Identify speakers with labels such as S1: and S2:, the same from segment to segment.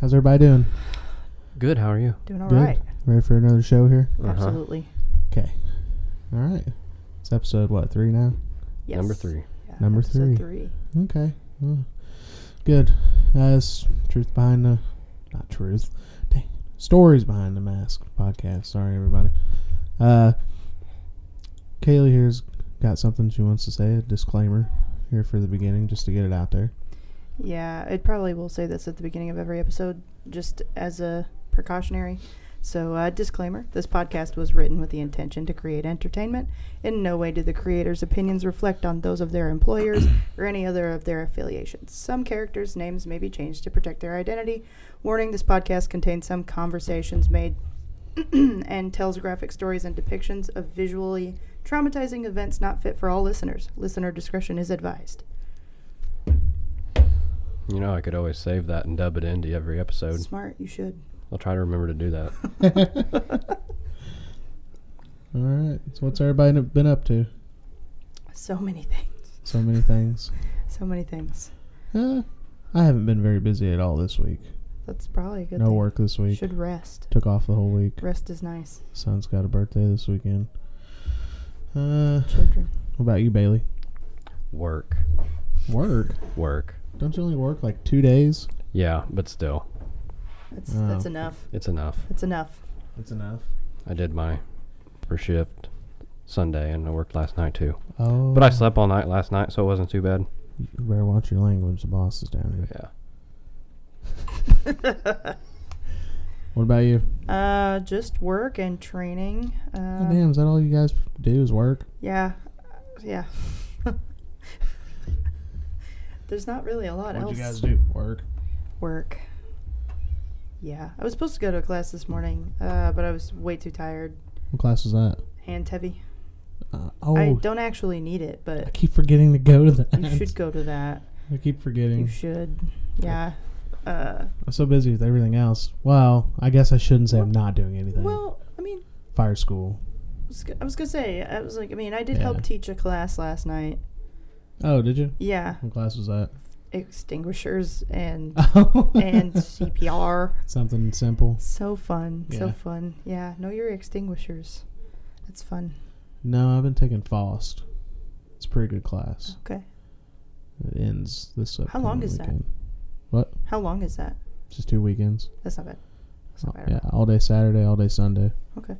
S1: How's everybody doing?
S2: Good. Uh-huh. How are you?
S3: Doing all
S1: Good.
S3: right.
S1: Ready for another show here?
S3: Absolutely.
S1: Okay. All right. It's episode what three now?
S3: Yes.
S2: Number three.
S3: Yeah,
S1: Number
S3: episode
S1: three. Okay. Well, good. That's truth behind the not truth. Dang. Stories behind the mask podcast. Sorry everybody. Uh Kaylee here's got something she wants to say, a disclaimer here for the beginning, just to get it out there.
S3: Yeah, it probably will say this at the beginning of every episode, just as a precautionary. So, uh, disclaimer this podcast was written with the intention to create entertainment. In no way do the creators' opinions reflect on those of their employers or any other of their affiliations. Some characters' names may be changed to protect their identity. Warning this podcast contains some conversations made and tells graphic stories and depictions of visually traumatizing events not fit for all listeners. Listener discretion is advised.
S2: You know, I could always save that and dub it into every episode.
S3: Smart, you should.
S2: I'll try to remember to do that.
S1: All right. So what's everybody been up to?
S3: So many things.
S1: So many things.
S3: So many things.
S1: Uh, I haven't been very busy at all this week.
S3: That's probably a good
S1: no
S3: thing.
S1: work this week.
S3: Should rest.
S1: Took off the whole week.
S3: Rest is nice.
S1: Son's got a birthday this weekend. Uh,
S3: Children.
S1: what about you, Bailey?
S2: Work,
S1: Work?
S2: work.
S1: Don't you only work like two days?
S2: Yeah, but still,
S3: That's
S1: Oh.
S3: that's enough.
S2: it's enough.
S3: That's enough.
S1: That's enough.
S2: I did my first shift Sunday, and I worked last night too.
S1: Oh,
S2: But I slept all night last night, so it wasn't too bad.
S1: You better watch your language. The boss is down here.
S2: Yeah.
S1: What about you?
S3: Uh, just work and training.
S1: Oh,
S3: Uh,
S1: damn, is that all you guys do is work?
S3: yeah, yeah. There's not really a lot else.
S1: do? Work.
S3: Work. Yeah, I was supposed to go to a class this morning, uh, but I was way too tired.
S1: What class was that?
S3: Hand heavy.
S1: Uh, oh,
S3: I
S1: I,
S3: don't actually need it, but
S1: keep forgetting to go to that.
S3: you should go to that.
S1: I keep
S3: You
S1: forgetting.
S3: should. Yeah. Uh,
S1: I'm so busy with everything else. Well, I guess I shouldn't say I'm not doing anything.
S3: well, I mean,
S1: Fire school.
S3: I was go- I was gonna say, I was like, I mean, I did
S1: Yeah.
S3: help teach a class last night.
S1: Oh, did you?
S3: Yeah,
S1: What class was that?
S3: extinguishers and
S1: Oh.
S3: and CPR.
S1: Something simple.
S3: So fun,
S1: Yeah.
S3: so fun. Yeah, know your extinguishers. That's fun.
S1: No, I've been taking FOST. It's a pretty good class.
S3: Okay.
S1: It ends this
S3: How long
S1: upcoming
S3: is that?
S1: weekend.
S3: How long is that?
S1: It's just two weekends.
S3: That's not bad. That's not
S1: Oh,
S3: bad. at
S1: yeah, all day Saturday, all day Sunday.
S3: all. Okay.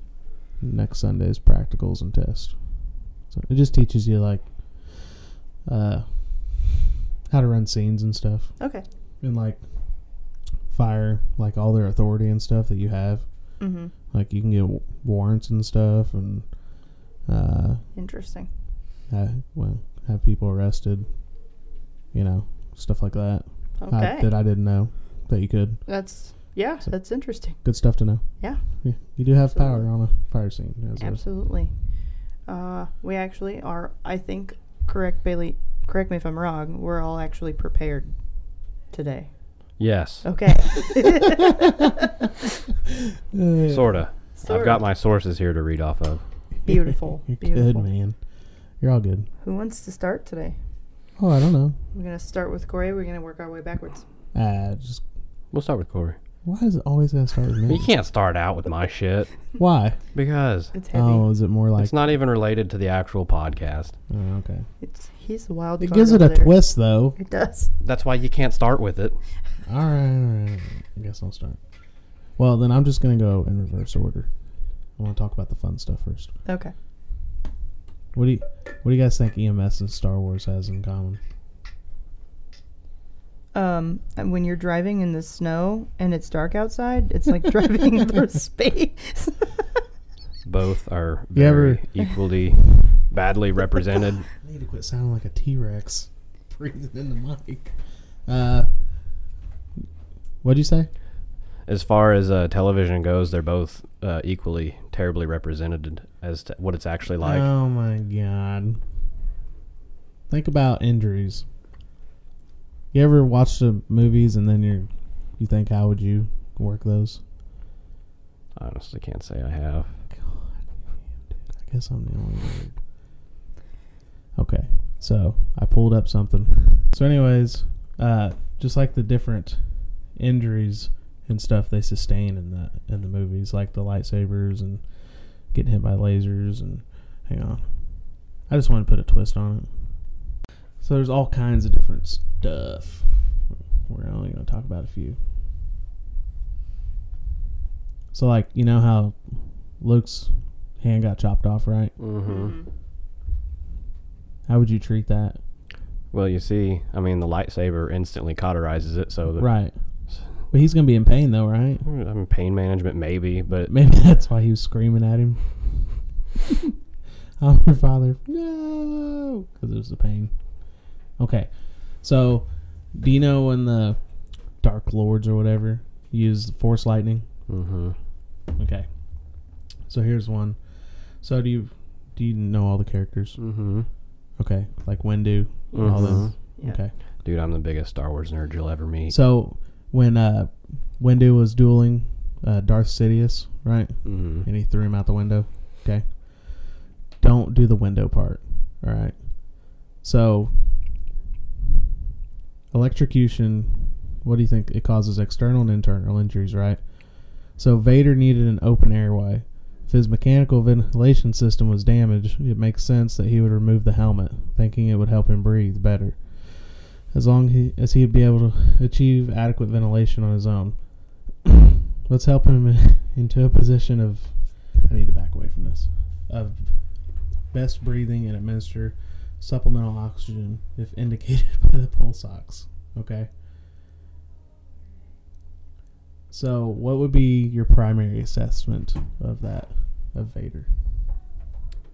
S1: Next Sunday is practicals and tests. So it just teaches you like uh how to run scenes and stuff.
S3: Okay.
S1: And like fire, like all their authority and stuff that you have.
S3: Mm-hmm.
S1: Like you can get w- warrants and stuff and uh
S3: Interesting.
S1: have, well, have people arrested, you know, stuff like that.
S3: Okay.
S1: I, that I didn't know that you could.
S3: that's yeah.
S1: So-
S3: that's interesting.
S1: Good stuff to know.
S3: Yeah.
S1: yeah you do have power
S3: Absolutely.
S1: on a fire scene. as a-
S3: Absolutely. Uh, we actually are. I think correct Bailey. Correct me if I'm wrong. We're all actually prepared today.
S2: Yes.
S3: Okay.
S1: Uh,
S2: Sorta. I've
S3: Sorta.
S2: got my sources here to read off of.
S3: Beautiful,
S1: You're
S3: beautiful.
S1: good, man. You're all good.
S3: Who wants to start today?
S1: Oh, I don't know.
S3: We're gonna start with Corey. We're gonna work our way backwards.
S1: Uh, just
S2: We'll start with Corey.
S1: why is it always gonna start with
S2: You
S1: me?
S2: can't start out with my shit
S1: Why?
S2: because
S3: It's heavy.
S1: Oh, is it more like?
S2: it's not even related to the actual podcast.
S1: oh, okay.
S3: It's he's the wild.
S1: It
S3: card
S1: gives it
S3: over
S1: a
S3: there.
S1: twist, though.
S3: It does.
S2: That's why you can't start with it.
S1: All right, all right, all right. I guess I'll start. Well, then I'm just gonna go in reverse order. I want to talk about the fun stuff first.
S3: Okay.
S1: What do you What do you guys think EMS and Star Wars has in common?
S3: Um, and when you're driving in the snow and it's dark outside, it's like driving through space.
S2: Both are
S1: You ever-
S2: very equally badly represented.
S1: I need to quit sounding like a T Rex breathing in the mic. Uh, what'd you say?
S2: as far as uh, television goes, they're both uh, equally terribly represented as to what it's actually like.
S1: oh my god! Think about injuries. You ever watch the movies and then you're, you think, how would you work those?
S2: I honestly can't say I have.
S1: God, dude, I guess I'm the only weird. Okay, so I pulled up something. So, anyways, uh, just like the different injuries and stuff they sustain in the in the movies, like the lightsabers and getting hit by lasers and hang on. I just want to put a twist on it. So there's all kinds of different stuff. We're only going to talk about a few. So like you know how Luke's hand got chopped off, right?
S2: Mm-hmm.
S1: How would you treat that?
S2: Well, you see, I mean, the lightsaber instantly cauterizes it, so the,
S1: Right. But he's gonna be in pain though, right?
S2: I mean, pain management maybe, but
S1: Maybe that's why he was screaming at him. I'm your father. No, because it was the pain. Okay, so do you know when the Dark Lords or whatever use the Force lightning?
S2: mm-hmm.
S1: Okay, so here's one. So do you do you know all the characters?
S2: Mm-hmm.
S1: Okay, like Windu, all
S2: Mhm.
S1: them.
S3: Yeah.
S1: Okay,
S2: dude, I'm the biggest Star Wars nerd you'll ever meet.
S1: so when uh, Windu was dueling uh, Darth Sidious, right?
S2: hmm
S1: and he threw him out the window. Okay. Don't do the window part. All right. So, electrocution, what do you think? It causes external and internal injuries, right? So, Vader needed an open airway. If his mechanical ventilation system was damaged, it makes sense that he would remove the helmet, thinking it would help him breathe better. As long he, as he'd be able to achieve adequate ventilation on his own. Let's help him into a position of. I need to back away from this. Of best breathing and administer supplemental oxygen if indicated by the pulse ox. Okay. So, what would be your primary assessment of that of Vader?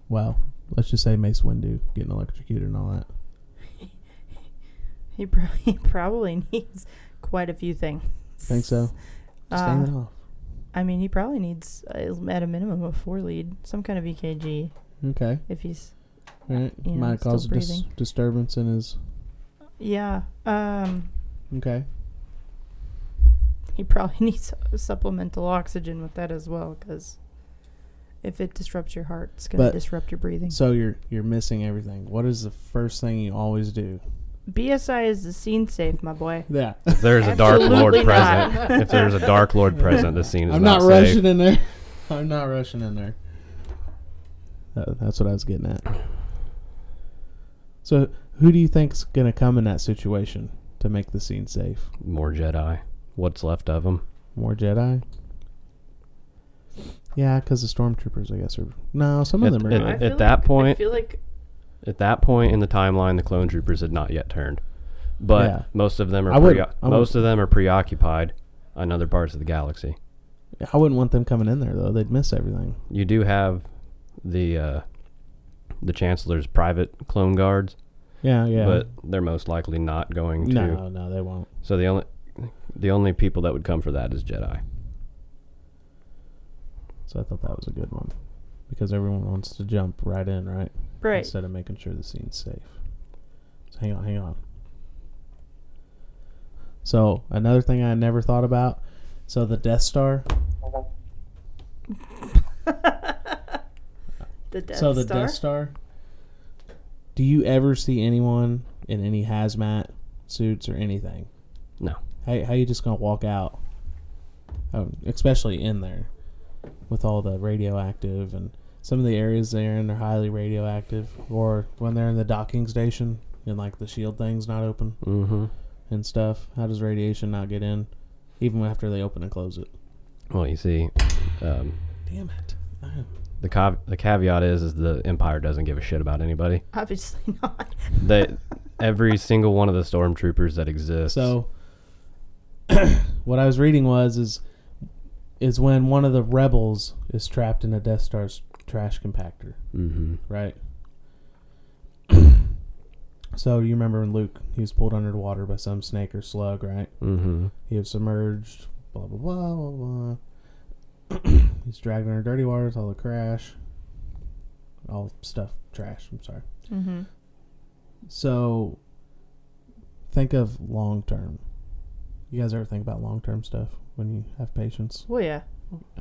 S1: Well, let's just say Mace Windu getting electrocuted and all that.
S3: He, pro- he probably needs quite a few things.
S1: Think so? Just
S3: Uh,
S1: hang it off.
S3: I mean, he probably needs uh, at a minimum a four lead, some kind of EKG
S1: Okay.
S3: if he's
S1: All right.
S3: you know,
S1: Might
S3: still
S1: cause a dis-
S3: breathing.
S1: disturbance in his.
S3: yeah. Um,
S1: Okay.
S3: he probably needs supplemental oxygen with that as well because if it disrupts your heart, it's gonna
S1: But-
S3: disrupt your breathing.
S1: So you're you're missing everything. What is the first thing you always do?
S3: BSI is the scene safe, my boy.
S1: Yeah.
S2: If there's a Dark Lord
S3: Absolutely not.
S2: present, if there's a Dark Lord present, the scene is
S1: I'm not,
S2: safe.
S1: rushing in there. I'm not rushing in there. Uh, that's what I was getting at. So who do you think's gonna come in that situation to make the scene safe?
S2: More Jedi. What's left of them?
S1: More Jedi? Yeah, because the stormtroopers, I guess, are no. Some of
S2: It-
S1: them are.
S2: it-
S1: not.
S2: at that point-
S3: I feel like
S2: At that point in the timeline, the clone troopers had not yet turned, but
S1: Yeah.
S2: most of them
S1: I
S2: are
S1: would-
S2: pre-
S1: I would-
S2: most of them are preoccupied on other parts of the galaxy.
S1: I wouldn't want them coming in there though. They'd miss everything.
S2: You do have the uh, the Chancellor's private clone guards,
S1: Yeah, yeah.
S2: but they're most likely not going to.
S1: no, no, they won't.
S2: So the only the only people that would come for that is Jedi.
S1: So I thought that was a good one because everyone wants to jump right in, right?
S3: right.
S1: instead of making sure the scene's safe. So hang on, hang on. So another thing I never thought about. So the Death Star.
S3: The Death
S1: so the
S3: Star.
S1: Death Star. Do you ever see anyone in any hazmat suits or anything?
S2: No.
S1: How how you just gonna walk out? Oh, especially in there, with all the radioactive and some of the areas they're in are highly radioactive. Or when they're in the docking station and like the shield thing's not open.
S2: Mm-hmm.
S1: and stuff. How does radiation not get in, even after they open and close it?
S2: Well, you see, um,
S1: Damn it!
S2: the cav- the caveat is is the Empire doesn't give a shit about anybody.
S3: Obviously not.
S2: They every single one of the stormtroopers that exists.
S1: So, what I was reading was is is when one of the rebels is trapped in a Death Star's trash compactor,
S2: hmm
S1: right? so you remember when Luke he was pulled underwater by some snake or slug, right?
S2: hmm
S1: He was submerged, blah blah blah blah blah. He's dragged under dirty waters, all the crash, all stuff trash. I'm sorry.
S3: Mm-hmm.
S1: So, think of long term. You guys ever think about long term stuff when you have patients?
S3: Well, yeah.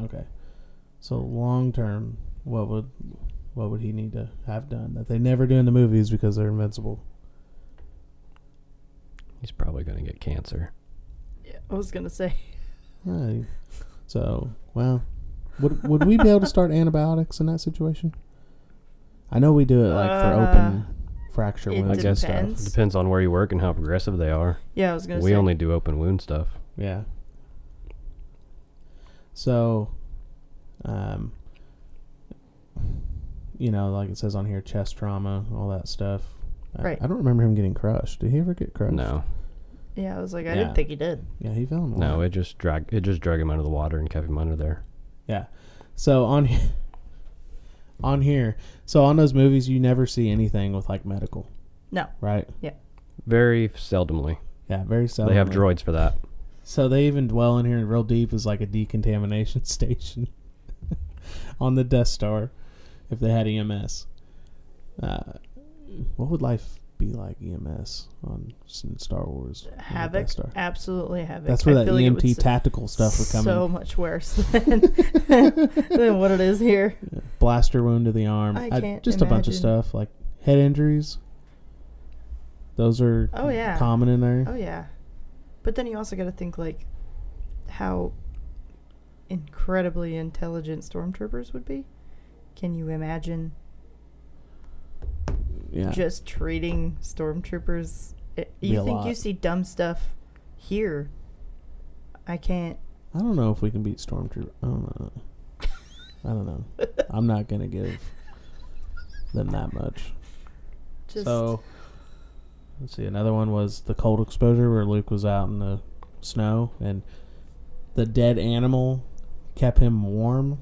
S1: Okay. So long term, what would what would he need to have done that they never do in the movies because they're invincible?
S2: He's probably gonna get cancer.
S3: yeah. I was gonna say
S1: Right. So, well, would would we be able to start antibiotics in that situation? I know we do it like for open fracture
S3: it
S2: I
S1: wounds and
S2: guess
S1: stuff.
S3: depends.
S2: Depends on where you work and how progressive they are.
S3: Yeah, I was gonna
S2: We
S3: say.
S2: only do open wound stuff.
S1: Yeah. So, um, you know, like it says on here, chest trauma, all that stuff. I-
S3: Right.
S1: I, don't remember him getting crushed. Did he ever get crushed?
S2: No,
S3: Yeah, I was like, I
S1: Yeah.
S3: didn't think he did.
S1: Yeah, he fell. in the
S2: no,
S1: water.
S2: it just drag it just drug him under the water and kept him under there.
S1: Yeah. So on he- on here, so on those movies, you never see anything with like medical,
S3: No.
S1: right?
S2: Very seldomly.
S1: Yeah, very seldom.
S2: They have droids for that.
S1: So they even dwell in here and real deep is like a decontamination station on the Death Star if they had EMS. Uh, what would life be like EMS on s- Star Wars? on the
S3: Havoc.
S1: Death Star?
S3: Absolutely havoc.
S1: That's where
S3: I
S1: that E
S3: feel like it
S1: EMT
S3: would
S1: tactical stuff would come
S3: So much worse than, than what it is here.
S1: in. Blaster wound to the arm.
S3: I can't
S1: just a bunch of
S3: imagine.
S1: stuff like head injuries. Those are
S3: Oh, yeah.
S1: common in there.
S3: Oh yeah, but then you also got to think like how incredibly intelligent stormtroopers would be. Can you imagine
S1: yeah.
S3: just treating stormtroopers? I-
S1: Be
S3: You
S1: a
S3: think you
S1: lot.
S3: see dumb stuff here? I can't.
S1: I don't know if we can beat Stormtrooper. I don't know. I don't know. I'm not gonna give them that much.
S3: Just
S1: So let's see. Another one was the cold exposure where Luke was out in the snow and the dead animal kept him warm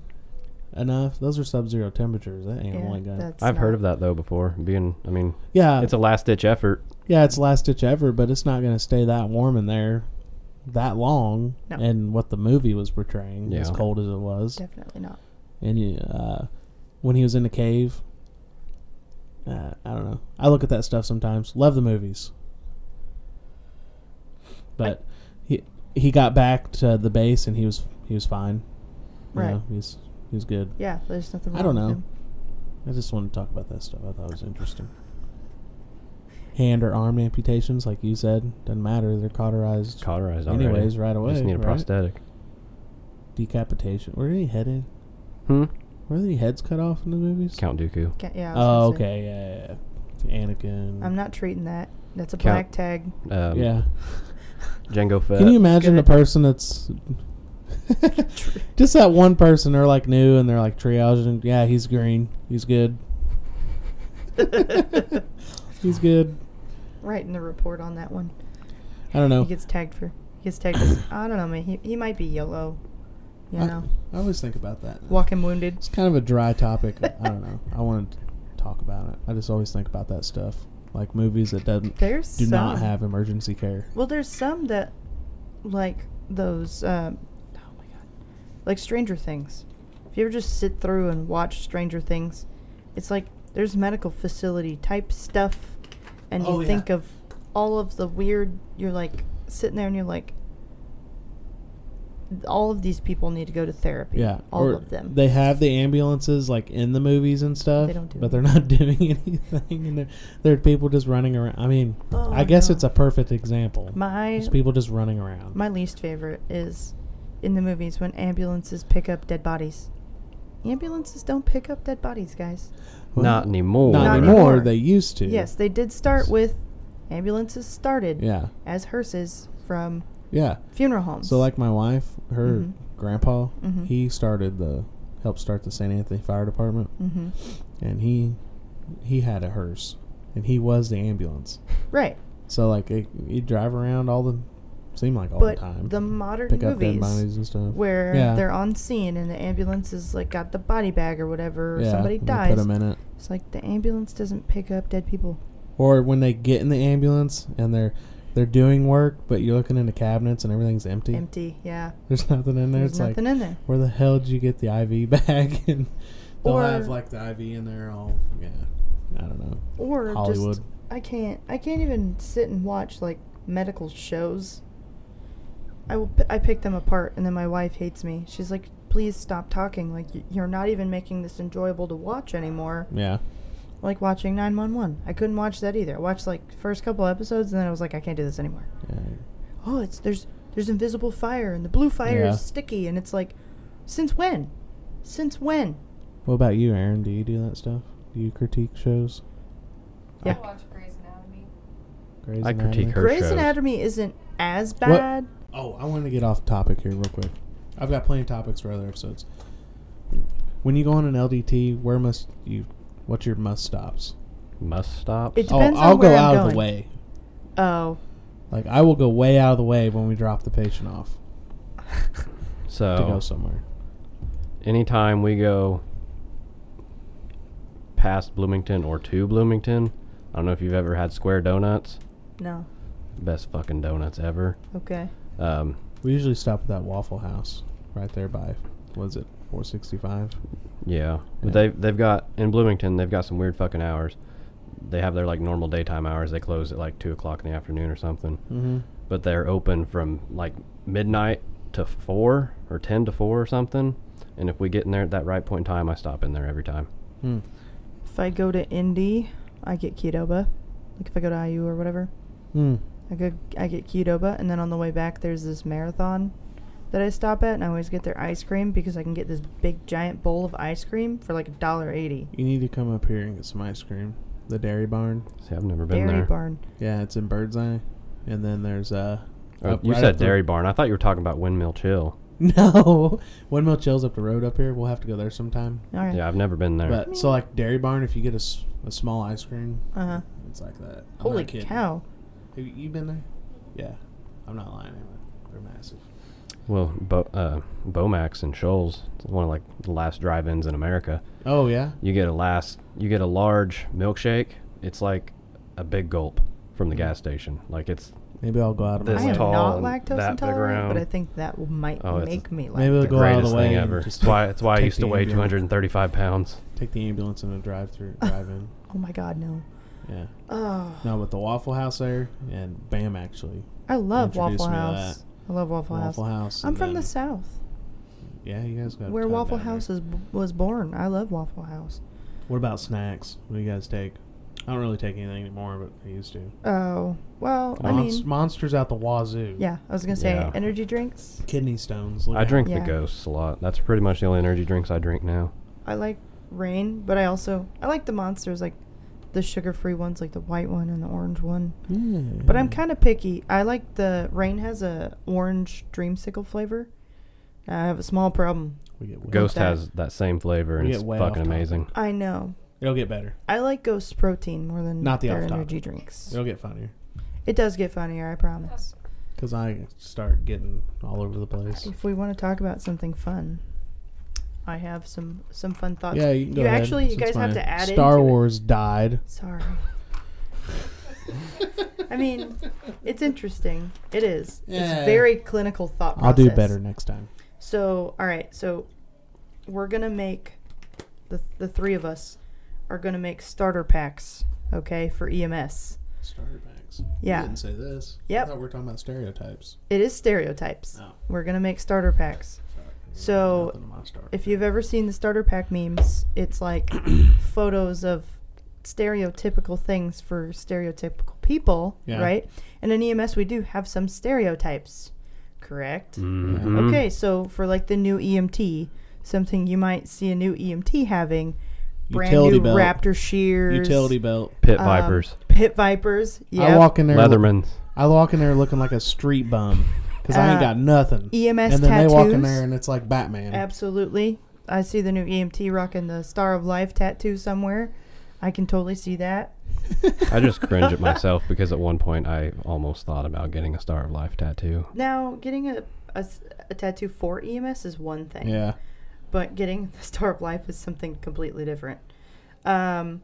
S1: enough. Those are sub-zero temperatures. That
S3: yeah,
S1: animal ain't got.
S3: that's
S2: I've heard
S3: not-
S2: of that though before. Being, I mean,
S1: yeah,
S2: it's a last ditch effort.
S1: yeah, it's last ditch ever, but it's not gonna stay that warm in there that long.
S3: No.
S1: And what the movie was portraying, as
S2: Yeah.
S1: cold as it was.
S3: Definitely not.
S1: and you, uh, when he was in the cave. Uh, I don't know. I look at that stuff sometimes. Love the movies, but he he got back to the base and he was he was fine. You
S3: Right.
S1: know, he's he was good.
S3: Yeah, there's nothing. Wrong
S1: I don't
S3: with
S1: know.
S3: him.
S1: I just wanted to talk about that stuff. I thought it was interesting. Hand or arm amputations, like you said, doesn't matter. They're cauterized.
S2: Cauterized already.
S1: Anyways, right away.
S2: Just need a
S1: right?
S2: prosthetic.
S1: Decapitation. Were any head in?
S2: Hmm.
S1: Were any heads cut off in the movies?
S2: Count Dooku.
S3: Ca- Yeah. I was
S1: Oh,
S3: gonna say.
S1: okay, yeah, yeah, yeah. Anakin.
S3: I'm not treating that. That's a
S2: Count.
S3: black tag.
S2: Um,
S1: yeah.
S2: Django Fett.
S1: Can you imagine the
S3: gonna-
S1: person that's just that one person? They're like new and they're like triaging. Yeah, he's green. He's good. he's good.
S3: Writing the report on that one.
S1: I don't know.
S3: He gets tagged for. He gets tagged. as, I don't know, man. He, he might be yellow. You
S1: I-
S3: know,
S1: I, always think about that.
S3: walking wounded.
S1: It's kind of a dry topic. I don't know. I wanted to talk about it. I just always think about that stuff, like movies that doesn't
S3: There's
S1: do
S3: some,
S1: not have emergency care.
S3: Well, there's some that, like those. Um, oh my god, like Stranger Things. If you ever just sit through and watch Stranger Things, it's like there's medical facility type stuff, and
S1: Oh,
S3: you
S1: yeah.
S3: think of all of the weird. You're like sitting there and you're like. All of these people need to go to therapy.
S1: Yeah,
S3: all
S1: or
S3: of them.
S1: They have the ambulances like in the movies and stuff.
S3: They don't do
S1: but they're not doing anything, and there there are people just running around. I mean,
S3: Oh,
S1: I guess
S3: no.
S1: it's a perfect example.
S3: My
S1: There's people just running around.
S3: My least favorite is in the movies when ambulances pick up dead bodies. Ambulances don't pick up dead bodies, guys.
S1: Well,
S2: Not anymore.
S1: Not
S3: Not
S1: anymore.
S3: anymore.
S1: They used to.
S3: Yes, they did start with ambulances started
S1: Yeah.
S3: as hearses from
S1: Yeah.
S3: funeral homes.
S1: So like my wife, her
S3: Mhm.
S1: grandpa,
S3: Mhm.
S1: he started the helped start the St. Anthony Fire Department,
S3: hmm
S1: and he he had a hearse, and he was the ambulance.
S3: right,
S1: So like it, you drive around all the seemed like all
S3: but
S1: the time.
S3: the modern
S1: pick up dead
S3: movies
S1: bodies and stuff.
S3: where
S1: Yeah.
S3: they're on scene and the ambulance is like got the body bag or whatever, or
S1: yeah,
S3: somebody
S1: and they
S3: dies.
S1: Put them in it.
S3: It's like the ambulance doesn't pick up dead people.
S1: Or when they get in the ambulance and they're they're doing work, but you're looking in the cabinets and everything's empty.
S3: Empty, yeah.
S1: There's nothing in there.
S3: There's
S1: it's like
S3: nothing in there.
S1: where the hell did you get the IV bag? and they'll
S3: Or-
S1: have like the IV in there. All yeah, I don't know.
S3: or
S1: Hollywood.
S3: just I can't I can't even sit and watch like medical shows. I will p- I pick them apart and then my wife hates me. She's like, "Please stop talking. Like y- you're not even making this enjoyable to watch anymore."
S1: Yeah,
S3: Like watching 911. I couldn't watch that either. I watched like first couple episodes and then I was like, "I can't do this anymore."
S1: yeah.
S3: Oh, it's there's there's invisible fire and the blue fire
S1: Yeah.
S3: is sticky and it's like since when? Since when?
S1: What about you, Aaron? Do you do that stuff? Do you critique shows?
S3: Yeah.
S4: I watch Grey's Anatomy.
S1: Grey's
S2: I critique
S1: Anatomy?
S2: her
S3: Grey's
S2: shows.
S3: Anatomy isn't as
S1: What?
S3: bad.
S1: Oh, I want to get off topic here real quick. I've got plenty of topics for other episodes. When you go on an LDT, where must you? What's your must stops?
S2: Must stop.
S3: It-
S1: Oh,
S3: Depends on
S1: I'll go
S3: where I'm
S1: out of
S3: going.
S1: the way.
S3: Oh.
S1: Like I will go way out of the way when we drop the patient off to go
S2: so
S1: somewhere.
S2: anytime we go past Bloomington or to Bloomington, I don't know if you've ever had Square Donuts.
S3: no.
S2: Best fucking donuts ever.
S3: Okay.
S2: Um,
S1: We usually stop at that Waffle House right there by, was it 465?
S2: yeah,
S1: Yeah.
S2: but they they've got in Bloomington they've got some weird fucking hours. They have their like normal daytime hours. They close at like two o'clock in the afternoon or something.
S1: Mm-hmm.
S2: but they're open from like midnight to four or ten to four or something. And if we get in there at that right point in time, I stop in there every time.
S1: Hmm.
S3: If I go to Indy, I get Qdoba. Like if I go to IU or whatever,
S1: Hmm.
S3: I go I get Qdoba, and then on the way back there's this marathon that I stop at, and I always get their ice cream because I can get this big giant bowl of ice cream for like a dollar eighty.
S1: You need to come up here and get some ice cream. The Dairy Barn.
S2: See, I've never been
S3: Dairy
S2: there.
S3: Barn.
S1: Yeah, it's in Bird's Eye. And then there's uh
S2: Oh,
S1: up-
S2: you
S1: right
S2: said
S1: up the-
S2: Dairy Barn. I thought you were talking about Windmill Chill.
S1: No. Windmill Chill's up the road up here. We'll have to go there sometime.
S3: All right.
S2: Yeah, I've never been there.
S1: But so like Dairy Barn, if you get a, s- a small ice cream,
S3: Uh huh.
S1: it's like that. I'm
S3: Holy
S1: not kidding.
S3: cow!
S1: Have you you been there? Yeah, I'm not lying. Anyway. They're massive.
S2: well, Bo- uh, Bomax and Shoals, it's one of like the last drive-ins in America.
S1: Oh yeah.
S2: You get a last, you get a large milkshake. It's like a big gulp from
S1: Mm.
S2: the gas station. Like it's
S1: Maybe I'll go out of
S2: This
S1: my
S3: I
S1: way.
S3: am
S2: tall
S3: not
S2: and
S3: lactose
S2: that big
S3: intolerant, but
S2: around.
S3: I think that w- might
S2: Oh, it's-
S3: make me
S1: Maybe
S3: lactose.
S1: it'll
S2: the
S1: go out of
S2: greatest
S1: the way.
S2: thing
S1: and
S2: ever.
S1: just
S2: It's why it's why I
S1: take
S2: used to
S1: the
S2: weigh
S1: ambulance-
S2: 235 pounds.
S1: Take the ambulance in a drive-through, drive-in.
S3: oh my god, no!
S1: yeah.
S3: Oh,
S1: No, but the Waffle House there, and bam, actually,
S3: I love
S1: Introduce
S3: Waffle
S1: me to
S3: House. I love Waffle,
S1: Waffle
S3: House.
S1: House.
S3: I'm
S1: and
S3: from the
S1: then-
S3: south,
S1: Yeah, you guys got a
S3: where
S1: ton
S3: Waffle
S1: down there.
S3: House is, was born. I love Waffle House.
S1: What about snacks? What do you guys take? I don't really take anything anymore, but I used to.
S3: Oh well, I
S1: Monst-
S3: mean,
S1: monsters out the wazoo.
S3: yeah. I was gonna say
S2: Yeah.
S3: energy drinks.
S1: Kidney stones. look
S2: I
S1: out.
S2: drink
S3: Yeah.
S2: the ghosts a lot. That's pretty much the only energy drinks I drink now.
S3: I like rain, but I also I like the monsters, like the sugar-free ones, like the white one and the orange one.
S1: Yeah.
S3: But I'm kind of picky. I like the rain has a orange dreamsicle flavor. I have a small problem.
S1: We get way-
S2: Ghost
S3: that.
S2: has that same flavor and
S1: We
S2: it's
S1: get way off
S2: fucking
S1: topic.
S2: amazing.
S3: I know.
S1: It'll get better.
S3: I like Ghost protein more than
S1: Not the
S3: their
S1: off-topic.
S3: energy drinks.
S1: It'll get funnier
S3: It does get funnier, I promise.
S1: because I start getting all over the place.
S3: If we want to talk about something fun, I have some some fun thoughts.
S1: Yeah, you can go ahead,
S3: actually you
S1: since
S3: guys
S1: my
S3: have to add
S1: Star
S3: into it.
S1: Wars died.
S3: Sorry. I mean, it's interesting. It is.
S1: Yeah.
S3: It's very clinical thought process.
S1: I'll do better next time.
S3: So, all right. So, we're going to make the the three of us are going to make starter packs, okay, for E EMS.
S1: Starter packs.
S3: Yeah.
S1: didn't say this.
S3: Yep.
S1: I thought we were talking about stereotypes.
S3: It is stereotypes.
S1: Oh.
S3: We're going to make starter packs. So, if you've ever seen the starter pack memes, it's like photos of stereotypical things for stereotypical people,
S1: Yeah.
S3: right? And in EMS, we do have some stereotypes, correct?
S1: Mm-hmm.
S2: Mhm.
S3: Okay, so for like the new EMT, something you might see a new EMT having brand
S1: Utility
S3: new
S1: belt.
S3: Raptor shears,
S1: utility belt.
S2: Pit
S3: um,
S2: Vipers,
S3: pit vipers.
S1: I
S3: Yeah,
S1: walk in there.
S2: Leathermans.
S1: I walk in there looking like a street bum because I ain't
S3: Uh,
S1: got nothing.
S3: EMS
S1: and then
S3: tattoos.
S1: they walk in there and it's like Batman.
S3: Absolutely. I see the new EMT rocking the Star of Life tattoo somewhere. I can totally see that.
S2: I just cringe at myself because at one point I almost thought about getting a Star of Life tattoo.
S3: Now, getting a, a s- a tattoo for EMS is one thing,
S1: yeah.
S3: but getting the Star of Life is something completely different. Um,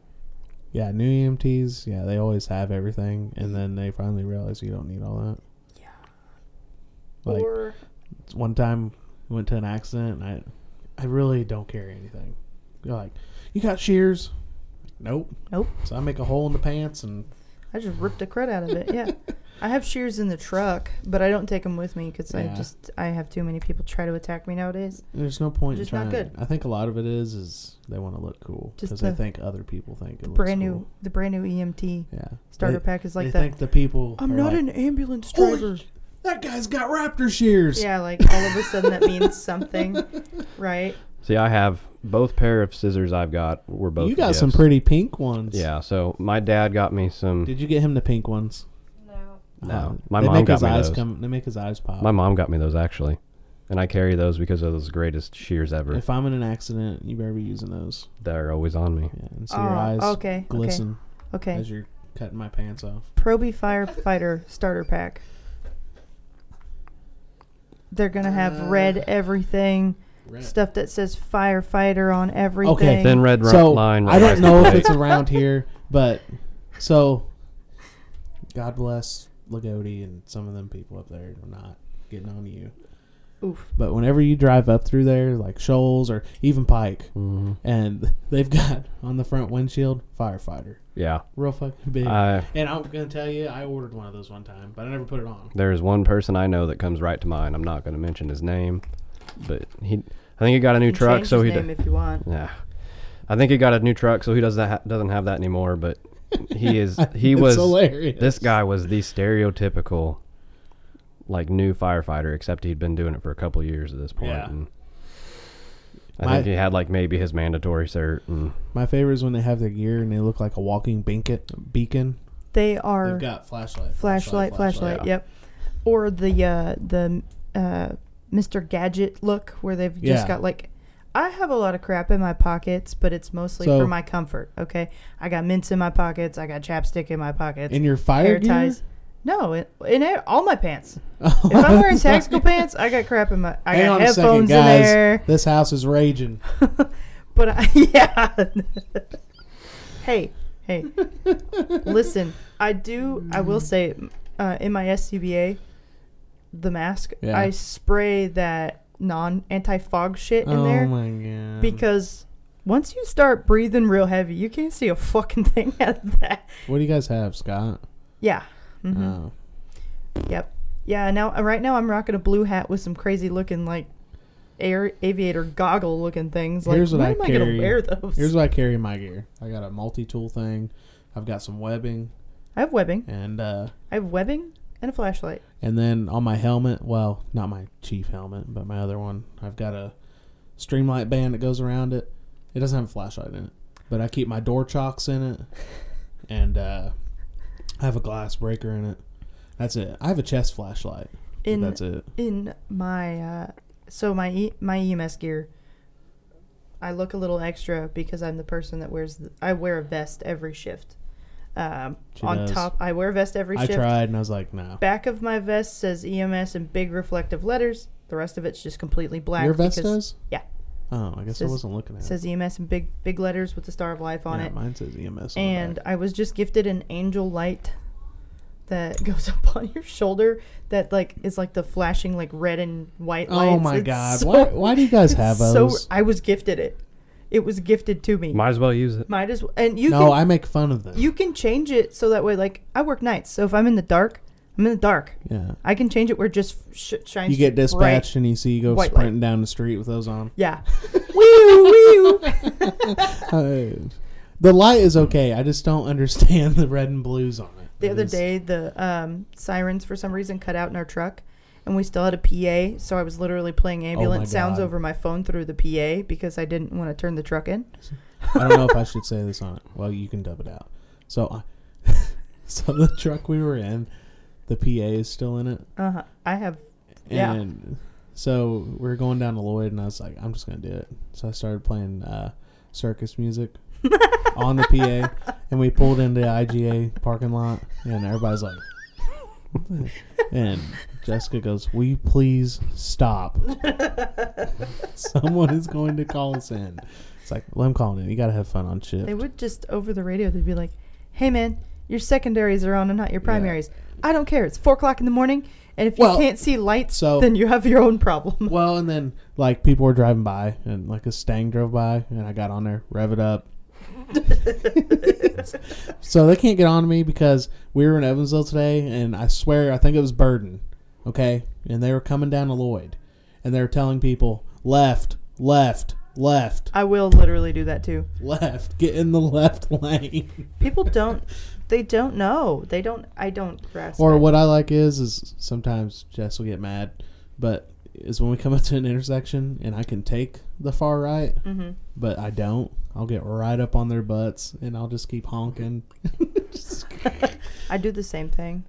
S1: Yeah, new EMTs, yeah, they always have everything, and then they finally realize you don't need all that. Yeah. Like
S3: or
S1: one time, I went to an accident, and I, I really don't carry anything. They're like, you got shears? Nope.
S3: Nope.
S1: So I make a hole in the pants, and
S3: I just ripped the crud out of it. Yeah. I have shears in the truck, but I don't take them with me because
S1: Yeah.
S3: I just I have too many people try to attack me nowadays.
S1: there's no point
S3: Just
S1: in
S3: not
S1: trying.
S3: good.
S1: I think a lot of it is is they want to look cool
S3: Just
S1: because they
S3: the-
S1: think other people think it looks
S3: Brand new,
S1: cool.
S3: the brand new E EMT
S1: Yeah.
S3: starter
S1: They-
S3: pack is
S1: They
S3: like that.
S1: think the people.
S3: I'm
S1: are
S3: not
S1: like,
S3: an ambulance
S1: "Holy
S3: driver.
S1: that guy's got raptor shears.
S3: Yeah, like all of a sudden that means something, right?
S2: See, I have both pair of scissors I've got were both.
S1: you got some
S2: gifts.
S1: pretty pink ones.
S2: Yeah, so my dad got me some.
S1: Did you get him the pink ones?
S4: No.
S2: No,
S1: Oh,
S2: my
S1: they
S2: mom
S1: make
S2: got
S1: his
S2: me
S1: eyes
S2: those.
S1: come. They make his eyes pop.
S2: my mom got me those actually, and I carry those because those are the greatest shears ever.
S1: if I'm in an accident, you better be using those.
S2: They're always on me.
S1: Yeah, and see your
S3: Ah,
S1: eyes
S3: okay,
S1: glisten
S3: okay, okay.
S1: as you're cutting my pants off.
S3: Proby firefighter starter pack. They're gonna have red everything, stuff that says firefighter on everything.
S2: Thin red ri-
S1: so
S2: line.
S1: I
S2: right
S1: don't know if
S2: plate.
S1: it's around here, but so God bless Lagodi and some of them people up there. I'm not getting on to you.
S3: Oof.
S1: But whenever you drive up through there, like Shoals or even Pike,
S2: Mhm.
S1: and they've got on the front windshield firefighter,
S2: Yeah,
S1: real fucking big.
S2: I,
S1: and I'm gonna tell you, I ordered one of those one time, but I never put it on.
S2: there is one person I know that comes right to mind. I'm not going to mention his name, but he. I think he got a new
S3: You can
S2: truck,
S3: change
S2: so he.
S3: his
S2: d-
S3: name if you want.
S2: Yeah, I think he got a new truck, so he does that doesn't have that anymore. But he is he
S1: It's
S2: was
S1: hilarious.
S2: this guy was the stereotypical like new firefighter, except he'd been doing it for a couple years at this point.
S1: Yeah.
S2: And I
S1: My-
S2: think he had like maybe his mandatory cert. And
S1: My favorite is when they have their gear and they look like a walking beacon. Beacon.
S3: They are
S1: They've got flashlight.
S3: flashlight, flashlight.
S2: flashlight.
S3: Yep. Or the uh, the uh, Mr. Gadget look, where they've
S1: Yeah.
S3: just got like, I have a lot of crap in my pockets, but it's mostly
S1: So-
S3: for my comfort. Okay, I got mints in my pockets. I got chapstick in my pockets.
S1: In your fire gear? Oh,
S3: No, in, in a- all my pants. If I'm wearing tactical pants, I got crap in my. I
S1: Hang on
S3: got
S1: a second,
S3: headphones
S1: guys.
S3: in there.
S1: This house is raging.
S3: But I, yeah. hey, hey. Listen, I do. I will say, uh, in my SCBA, the mask,
S1: Yeah.
S3: I spray that non anti fog shit in
S1: oh
S3: there
S1: my god.
S3: because once you start breathing real heavy, you can't see a fucking thing out of that.
S1: what do you guys have, Scott?
S3: Yeah. hmm
S1: Oh.
S3: Yep. Yeah. Now, uh, right now, I'm rocking a blue hat with some crazy looking like. Air, aviator goggle looking things. Like,
S1: Here's what
S3: when
S1: I
S3: am I
S1: carry.
S3: gonna wear those?
S1: Here's what I carry in my gear. I got a multi-tool thing. I've got some webbing
S3: I have webbing.
S1: and uh
S3: I have webbing and a flashlight.
S1: and then on my helmet, well, not my chief helmet, but my other one, I've got a streamlight band that goes around it. It doesn't have a flashlight in it, but I keep my door chocks in it and uh I have a glass breaker in it. That's it. I have a chest flashlight. but
S3: In
S1: that's it.
S3: in my uh, so my e- my EMS gear, I look a little extra because I'm the person that wears the, I wear a vest every shift. Um,
S1: She
S3: on
S1: does.
S3: top, I wear a vest every
S1: I
S3: shift.
S1: tried and I was like, no.
S3: Back of my vest says E EMS in big reflective letters. The rest of it's just completely black.
S1: Your vest
S3: because
S1: does?
S3: yeah.
S1: Oh, I guess I
S3: Says-
S1: wasn't looking at
S3: it
S1: it.
S3: says E EMS in big big letters with the star of life on
S1: Yeah,
S3: it.
S1: Mine says EMS. on the
S3: and
S1: back.
S3: I was just gifted an angel light that goes up on your shoulder that like is like the flashing like red and white lights.
S1: oh my
S3: It's
S1: god,
S3: so-
S1: why, why do you guys have
S3: it's
S1: those?
S3: I was gifted it. It was gifted to me.
S2: might as well use it.
S3: Might as well, and you
S1: no,
S3: can
S1: I make fun of them.
S3: you can change it so that way like I work nights, so if I'm in the dark, I'm in the dark.
S1: yeah,
S3: I can change it where it just sh- shines.
S1: you get
S3: bright-
S1: dispatched and you see you go
S3: white light.
S1: sprinting down the street with those on.
S3: Yeah. woo woo.
S1: Uh, the light is okay. I just don't understand the red and blues on it.
S3: The
S1: It
S3: other
S1: is-
S3: day, the um, sirens for some reason cut out in our truck, and we still had a PA. So I was literally playing ambulance sounds
S1: Oh God.
S3: over my phone through the PA because I didn't want to turn the truck in.
S1: I don't know if I should say this on it. Well, you can dub it out. So, I, so the truck we were in, the PA is still in it,
S3: Uh, I have Yeah.
S1: and so we we're going down to Lloyd, and I was like, I'm just gonna do it. So I started playing uh, circus music on the PA, and we pulled into IGA parking lot, and everybody's like, and Jessica goes, "Will you please stop? Someone is going to call us in." It's like, well, I'm calling in. You gotta have fun on shit.
S3: They would just over the radio. They'd be like, "Hey man, your secondaries are on and not your primaries. I don't care. It's four o'clock in the morning, and if
S1: Well,
S3: you can't see lights,
S1: so-
S3: then you have your own problem."
S1: Well, and then like people were driving by, and like a Stang drove by, and I got on there, rev it up. so they can't get on to me because we were in Evansville today, and I swear I think it was Burden, okay, and they were coming down to Lloyd, and they were telling people left, left, Left.
S3: I will literally do that too.
S1: Left. Get in the left lane.
S3: People don't. They don't know. They don't. I don't grasp.
S1: Or
S3: it.
S1: what I like is is sometimes Jess will get mad, but is when we come up to an intersection and I can take the far right,
S3: Mhm.
S1: but I don't. I'll get right up on their butts and I'll just keep honking. Just-
S3: I do the same thing.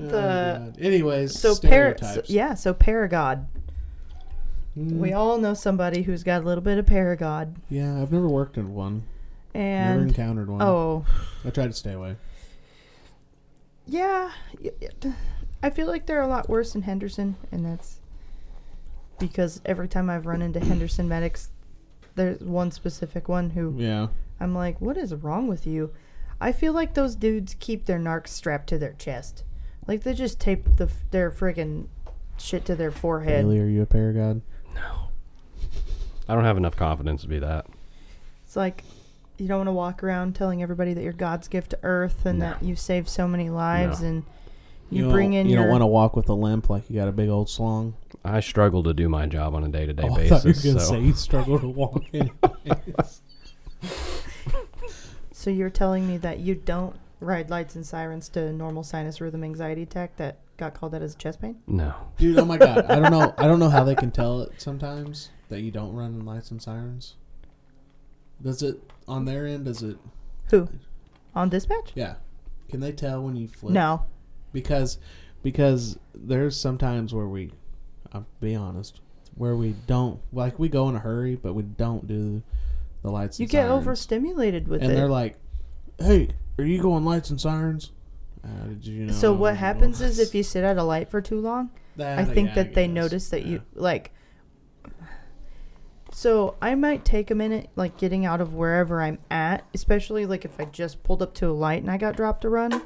S1: Oh,
S3: The-
S1: God. anyways,
S3: So par-
S1: stereotypes.
S3: so- Yeah. So paragod.
S1: Mm,
S3: We all know somebody who's got a little bit of paragod,
S1: yeah, I've never worked in one. never
S3: and
S1: encountered one.
S3: oh
S1: I tried to stay away.
S3: yeah, y- y- I feel like they're a lot worse in Henderson, and that's because every time I've run into Henderson medics, there's one specific one who
S1: Yeah.
S3: I'm like, what is wrong with you? I feel like those dudes keep their narcs strapped to their chest. Like they just tape the f- their friggin' shit to their forehead.
S1: Bailey, are you a paragod?
S2: I don't have enough confidence to be that.
S3: It's like you don't want to walk around telling everybody that you're God's gift to Earth and
S2: No.
S3: that you save so many lives
S2: No.
S3: and you, bring
S1: don't,
S3: in
S1: You
S3: your.
S1: don't want to walk with a limp like you got a big old slong.
S2: I struggle to do my job on a day to day
S1: Oh, I thought you were
S2: basis.
S1: gonna
S2: so
S1: say you struggle to walk in.
S3: so you're telling me that you don't ride lights and sirens to normal sinus rhythm anxiety attack that got called out as a chest pain?
S2: no,
S1: Dude, oh my god, I don't know. I don't know how they can tell it sometimes that you don't run in lights and sirens. Does it on their end? Does it?
S3: Who? On dispatch?
S1: Yeah. Can they tell when you flip?
S3: No.
S1: because because there's sometimes where we I'll be honest where we don't like we go in a hurry but we don't do the lights
S3: You
S1: and
S3: get
S1: sirens.
S3: overstimulated with
S1: and
S3: it.
S1: they're like hey are you going lights and sirens uh, did you know
S3: So what happens is if you sit at a light for too long,
S1: That-
S3: I think
S1: yeah,
S3: that they
S1: guess.
S3: notice that
S1: Yeah.
S3: you like. So I might take a minute, like getting out of wherever I'm at, especially like if I just pulled up to a light and I got dropped a run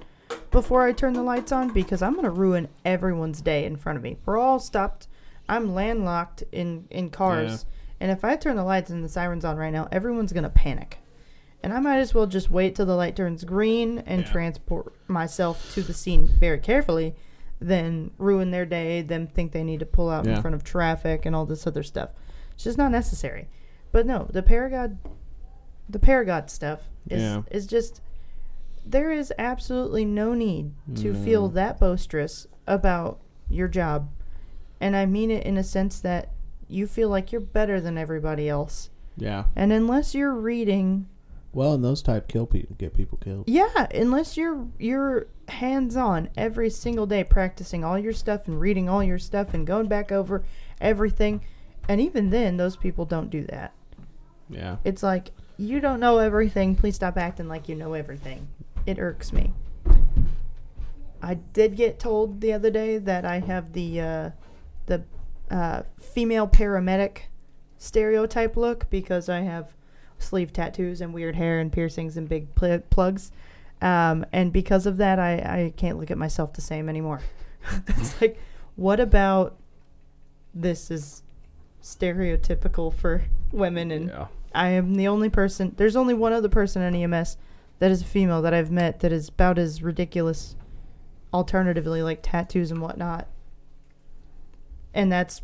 S3: before I turn the lights on because I'm gonna ruin everyone's day in front of me. We're all stopped. I'm landlocked in in cars, and if I turn the lights and the sirens on right now, everyone's gonna panic. And I might as well just wait till the light turns green and
S1: Yeah.
S3: transport myself to the scene very carefully than ruin their day, them think they need to pull out
S1: Yeah.
S3: in front of traffic and all this other stuff. It's just not necessary. But no, the paragod the paragod stuff is
S1: Yeah.
S3: is just there is absolutely no need to feel that boisterous about your job. And I mean it in a sense that you feel like you're better than everybody else.
S1: yeah
S3: And unless you're reading
S1: well and those type kill people get people killed
S3: yeah, unless you're you're hands on every single day practicing all your stuff and reading all your stuff and going back over everything. And even then those people don't do that.
S1: yeah
S3: It's like you don't know everything. Please stop acting like you know everything. It irks me. I did get told the other day that I have the uh, the uh, female paramedic stereotype look because I have sleeve tattoos and weird hair and piercings and big pl- plugs. Um, and because of that, I, I can't look at myself the same anymore. it's like, what about this is stereotypical for women and
S2: yeah,
S3: I am the only person. There's only one other person on EMS that is a female that I've met that is about as ridiculous, alternatively like tattoos and whatnot. And that's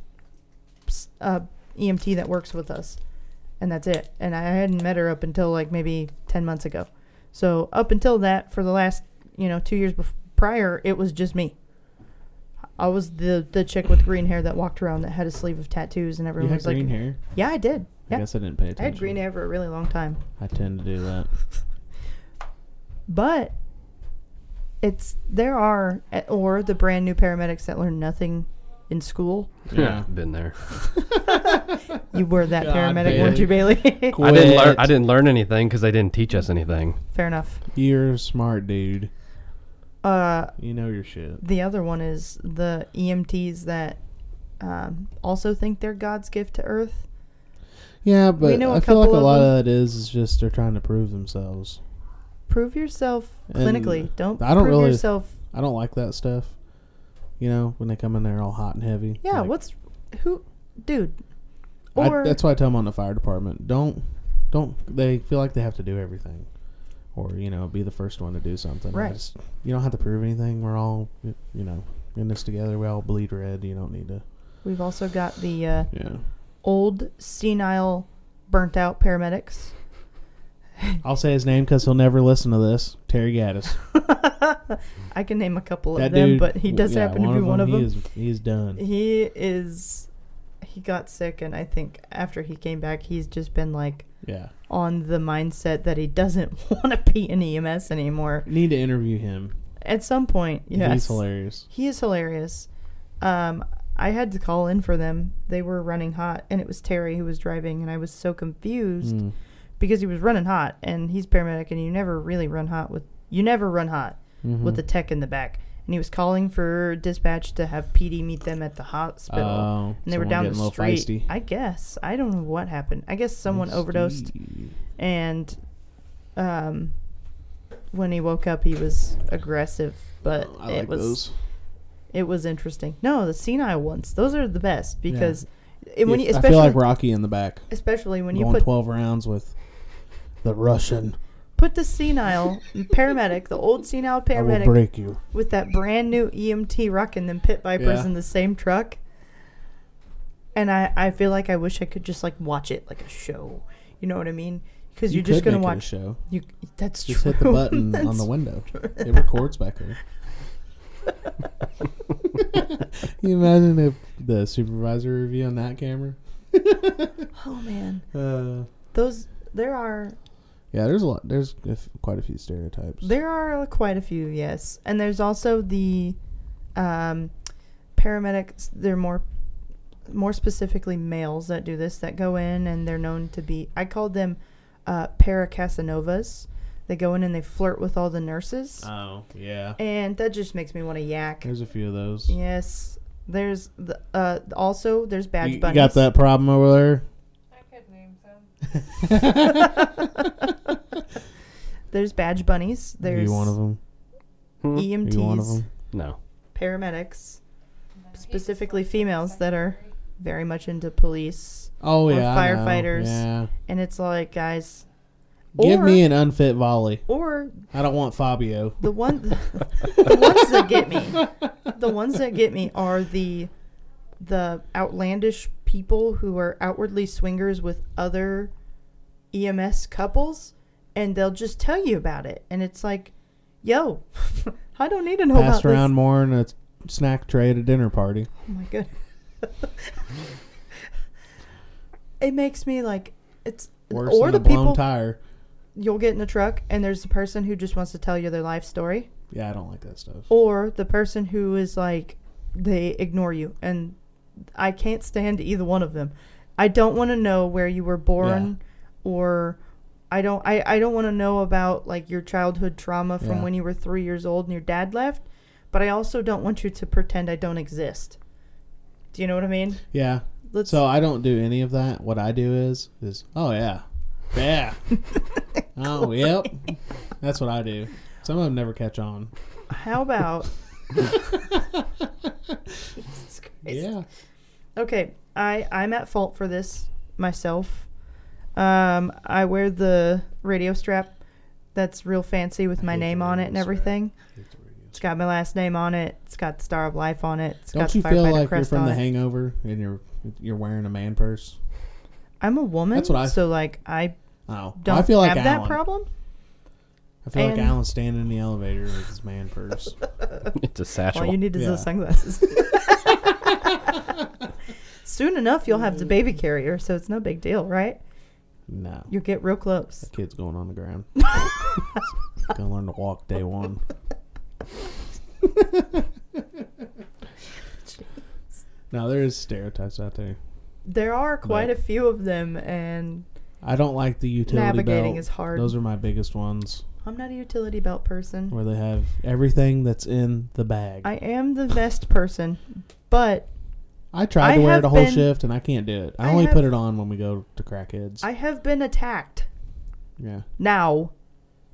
S3: s- a EMT that works with us, and that's it. And I hadn't met her up until like maybe ten months ago. So up until that, for the last you know two years bef- prior, it was just me. I was the the chick with green hair that walked around that had a sleeve of tattoos, and
S1: you
S3: everyone
S1: had
S3: was like,
S1: green hair
S3: "Yeah, I did."
S1: I
S3: Yeah.
S1: guess I didn't pay attention
S3: I had green hair for a really long time.
S1: I tend to do that
S3: But it's there are eh, or the brand new paramedics that learn nothing in school.
S1: yeah
S2: been there.
S3: You were that
S1: God,
S3: paramedic, weren't you, Bailey?
S1: Cool.
S2: I didn't learn.
S1: Quit.
S2: I didn't learn anything because they didn't teach us anything.
S3: Fair enough.
S1: you're a smart dude
S3: Uh,
S1: you know your shit
S3: the other one is the EMTs that um, also think they're God's gift to Earth.
S1: yeah but
S3: know a
S1: I feel like a
S3: couple of
S1: lot
S3: them.
S1: of that is is just they're trying to prove themselves
S3: Prove yourself
S1: And
S3: clinically. don't
S1: I don't
S3: prove
S1: really-
S3: yourself.
S1: I don't like that stuff. You know, when they come in there all hot and heavy.
S3: Yeah.
S1: Like,
S3: what's who, dude?
S1: I-
S3: Or
S1: that's why I tell them on the fire department. Don't, don't. They feel like they have to do everything, or you know, be the first one to do something. I
S3: Right.
S1: just- you don't have to prove anything. We're all, you know, in this together. We all bleed red. You don't need to.
S3: we've also got the uh,
S1: Yeah.
S3: old, senile, burnt out paramedics.
S1: I'll say his name because he'll never listen to this. Terry Gaddis.
S3: I can name a couple
S1: That
S3: of them,
S1: dude,
S3: but he does
S1: yeah,
S3: happen to be one of them.
S1: He is, he is done.
S3: He is. He got sick, and I think after he came back, he's just been like
S1: Yeah.
S3: on the mindset that he doesn't want to be an EMS anymore.
S1: Need to interview him.
S3: At some point, yes.
S1: He's hilarious.
S3: He is hilarious. Um, I had to call in for them. They were running hot, and it was Terry who was driving, and I was so confused
S1: Mm.
S3: because he was running hot, and he's paramedic, and you never really run hot with you never run hot with
S1: Mhm.
S3: the tech in the back. And he was calling for dispatch to have PD meet them at the hospital,
S1: Oh,
S3: and they were
S1: someone
S3: down the
S1: getting a little
S3: street.
S1: feisty.
S3: I guess I don't know what happened. I guess someone overdosed,
S1: Feisty.
S3: and um, when he woke up, he was aggressive, but
S1: Oh, I
S3: it
S1: like
S3: was
S1: those.
S3: it was interesting. No, the senile ones; those are the best
S1: Yeah.
S3: because it, when
S1: Yeah,
S3: you,
S1: I
S3: especially
S1: feel like Rocky in the back,
S3: especially when you
S1: going
S3: put
S1: twelve rounds with the Russian.
S3: put the senile paramedic, the old senile
S1: I will
S3: paramedic,
S1: break you.
S3: with that brand new EMT ruck and them pit vipers
S1: Yeah.
S3: in the same truck, and I I feel like I wish I could just like watch it like a show. You know what I mean? Because you're just
S1: could
S3: gonna
S1: make it a
S3: watch.
S1: show.
S3: You that's
S1: Just
S3: true.
S1: hit the button on
S3: That's-
S1: the window. It records back there. Can you imagine if the supervisor review on that camera?
S3: Oh man,
S1: Uh,
S3: those there are
S1: yeah, there's a lot. There's a f- quite a few stereotypes.
S3: There are uh, quite a few, yes. And there's also the um, paramedics. They're more more specifically males that do this that go in and they're known to be. I called them uh, para Casanovas. They go in and they flirt with all the nurses,
S1: Oh yeah,
S3: and that just makes me want to yak.
S1: there's a few of those.
S3: Yes. There's the uh, also there's badge
S1: you, you
S3: bunnies.
S1: got that problem over there.
S4: I could name some.
S3: There's badge bunnies.
S1: Are
S3: There's
S1: you one of them?
S2: Hmm?
S1: Are you one of
S3: EMTs,
S1: them?
S2: No.
S3: paramedics.
S4: No, he just
S3: Specifically
S4: looks like a
S3: females that are-
S4: secretary.
S3: very much into police,
S1: Oh
S3: Or
S1: yeah, I know.
S3: firefighters.
S1: Yeah.
S3: and it's like, guys,
S1: Give
S3: Or-
S1: me an unfit volley.
S3: or
S1: I don't want Fabio.
S3: the one, the ones that get me, the ones that get me are the the outlandish people who are outwardly swingers with other EMS couples, and they'll just tell you about it, and it's like, yo, I don't need to know
S1: Passed
S3: about
S1: around more in a snack tray at a dinner party.
S3: this. Oh my god, it makes me like it's
S1: Worse
S3: or
S1: than a
S3: the
S1: blown
S3: people
S1: tire.
S3: you'll get in a truck and there's the person who just wants to tell you their life story
S1: Yeah, I don't like that stuff.
S3: or the person who is like they ignore you and i can't stand either one of them i don't want to know where you were born or i don't i, I don't want to know about like your childhood trauma from
S1: Yeah.
S3: when you were three years old and your dad left but i also don't want you to pretend i don't exist do you know what i mean
S1: Yeah.
S3: let's
S1: So I don't do any of that. What I do is is oh yeah, yeah. oh yep. That's what I do. Some of them never catch on.
S3: how about
S1: Yeah.
S3: Okay, I I'm at fault for this myself. Um, I wear the radio strap that's real fancy with my
S1: hate the
S3: name on it and
S1: radio strap.
S3: everything. It's got my last name on it. It's got the Star of Life on it. It's got
S1: Don't
S3: the
S1: you feel
S3: firefighter
S1: like you're
S3: crest
S1: from
S3: on
S1: The
S3: it.
S1: Hangover and you're you're wearing a man purse?
S3: I'm a woman,
S1: That's what I-
S3: so like I
S1: Oh,
S3: don't
S1: I feel like
S3: have
S1: Alan.
S3: that problem.
S1: I feel like
S3: And-
S1: Alan's standing in the elevator with his man purse.
S2: It's a satchel.
S3: All you need is
S1: Yeah.
S3: those sunglasses. Soon enough, you'll
S1: Mm.
S3: have the baby carrier, so it's no big deal, right?
S1: No,
S3: You'll get real close.
S1: that kid's going on the ground. Gonna learn to walk day one. no, there is stereotypes out there.
S3: There are quite
S1: But-
S3: a few of them, and
S1: I don't like the utility
S3: Navigating
S1: belt.
S3: is hard.
S1: Those are my biggest ones,
S3: I'm not a utility belt person.
S1: where they have everything that's in the bag.
S3: I am the vest person, but
S1: I tried
S3: I
S1: to wear
S3: have
S1: it a whole
S3: been-
S1: shift and I can't do it. I,
S3: I
S1: only
S3: have-
S1: put it on when we go to crackheads.
S3: I have been attacked
S1: yeah.
S3: now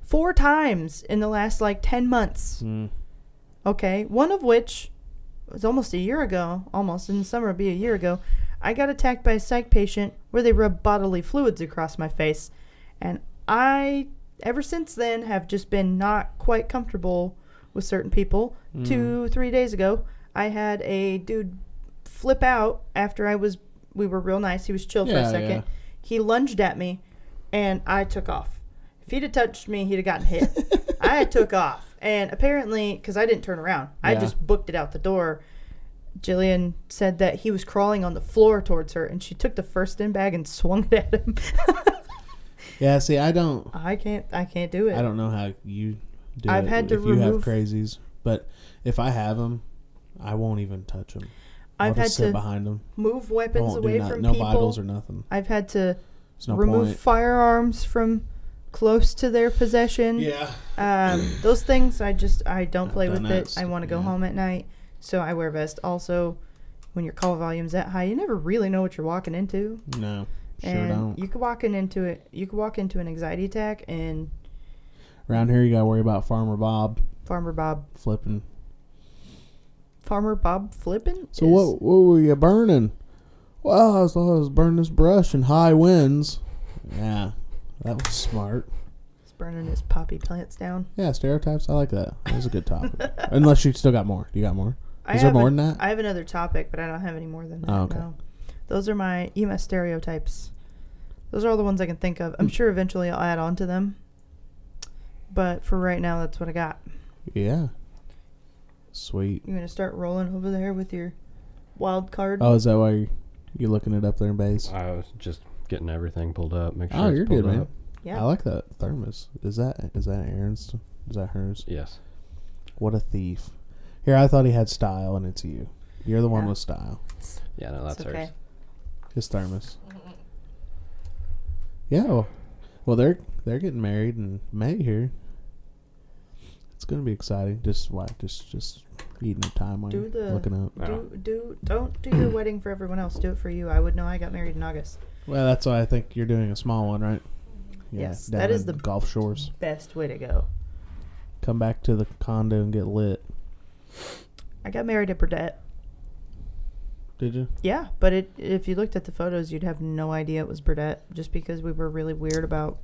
S3: four times in the last like 10 months.
S1: Mm.
S3: Okay. One of which was almost a year ago, almost in the summer, it'd be a year ago. I got attacked by a psych patient where they rubbed bodily fluids across my face. And I, ever since then, have just been not quite comfortable with certain people.
S1: Mm.
S3: Two, three days ago, I had a dude flip out after I was we were real nice. He was chill for
S1: Yeah,
S3: a second.
S1: yeah.
S3: He lunged at me, and I took off. If he'd have touched me, he'd have gotten hit. I took off, and apparently, because I didn't turn around, I
S1: Yeah.
S3: just booked it out the door. Jillian said that he was crawling on the floor towards her, and she took the first in bag and swung it at him.
S1: Yeah, see, I don't,
S3: I can't. I can't do it.
S1: I don't know how you do
S3: I've
S1: it
S3: had to
S1: if you have
S3: remove-
S1: crazies, but if I have them, I won't even touch them.
S3: I've had
S1: sit
S3: to
S1: behind them.
S3: move
S1: I
S3: weapons
S1: won't do
S3: away
S1: nothing.
S3: from
S1: No
S3: people.
S1: vitals or nothing.
S3: I've had to
S1: There's no
S3: remove
S1: point.
S3: firearms from close to their possession.
S1: Yeah.
S3: Um, those things, I just I don't
S1: I've
S3: play with
S1: done
S3: it.
S1: that
S3: I
S1: stu-
S3: want to go
S1: yeah.
S3: home at night, so I wear a vest. Also, when your call volume's that high, you never really know what you're walking into,
S1: No. Sure
S3: and
S1: don't.
S3: you could walk in into it. You could walk into an anxiety attack, and
S1: Around here, you gotta worry about Farmer Bob
S3: Farmer Bob,
S1: flipping.
S3: Farmer Bob flipping.
S1: So
S3: is-
S1: what? What were you burning? Well, I was, I was burning this brush in high winds. Yeah, that was smart.
S3: He's burning his poppy plants down.
S1: Yeah, stereotypes. I like that. That was a good topic. Unless you still got more. You got more?
S3: I
S1: Is there
S3: have
S1: more
S3: an-
S1: than that?
S3: I have another topic, but I don't have any more than that.
S1: Oh, okay.
S3: No. Those are my EMS stereotypes. Those are all the ones I can think of.
S1: Hmm.
S3: I'm sure eventually I'll add on to them. But for right now, that's what I got.
S1: Yeah. Sweet.
S3: You're going to start rolling over there with your wild card.
S1: Oh, is that why you- you're looking it up there in base?
S2: I was just getting everything pulled up. Make sure
S1: Oh,
S2: it's
S1: you're good,
S2: pulled
S1: man.
S2: up.
S3: yeah.
S1: I like that thermos. Is that is that Aaron's? Is that hers?
S2: Yes.
S1: What a thief! Here, I thought he had style, and it's you. You're the one
S3: Yeah.
S1: with style.
S2: Yeah, no, that's
S3: It's okay.
S2: hers.
S1: His thermos. Yeah. Well, well, they're they're getting married in May here. It's gonna be exciting. Just why? Just just eating the time while
S3: Do
S1: you're
S3: the-
S1: looking up.
S2: Oh.
S3: Do, do, don't do your wedding for everyone else. Do it for you. I would know I got married in August.
S1: Well, that's why I think you're doing a small one, right? Yeah,
S3: Yes,
S1: down
S3: that is
S1: in
S3: the-
S1: Gulf Shores.
S3: Best way to go.
S1: Come back to the condo and get lit.
S3: I got married at Burdett.
S1: Did you?
S3: Yeah, but it, if you looked at the photos, you'd have no idea it was Burdett just because we were really weird about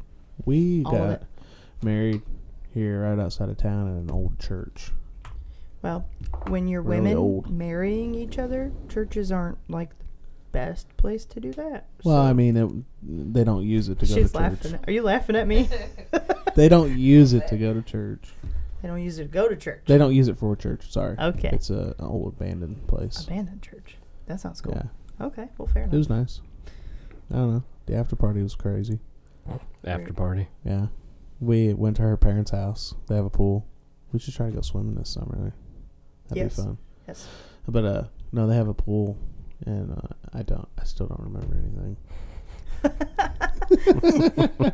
S1: We
S3: All of
S1: got married here right outside of town in an old church.
S3: Well, when you're
S1: Really
S3: women
S1: old.
S3: marrying each other, churches aren't like the best place to do that.
S1: Well, I
S3: So-
S1: mean, it, they don't use it to go
S3: she's
S1: to
S3: laughing.
S1: church.
S3: At, are you laughing at me?
S1: They don't use it to go to church.
S3: They don't use it to go to church.
S1: They don't use it for a church. Sorry.
S3: Okay.
S1: It's a an old abandoned place.
S3: Abandoned church. That sounds cool.
S1: Yeah,
S3: Okay, well, fair
S1: it
S3: enough.
S1: was nice. I don't know. The after party was crazy.
S2: After party.
S1: Yeah, we went to her parents' house. They have a pool. We should try to go swimming this summer. That'd
S3: Yes.
S1: be fun.
S3: Yes.
S1: But uh, no, they have a pool, and uh, I don't. I still don't remember anything.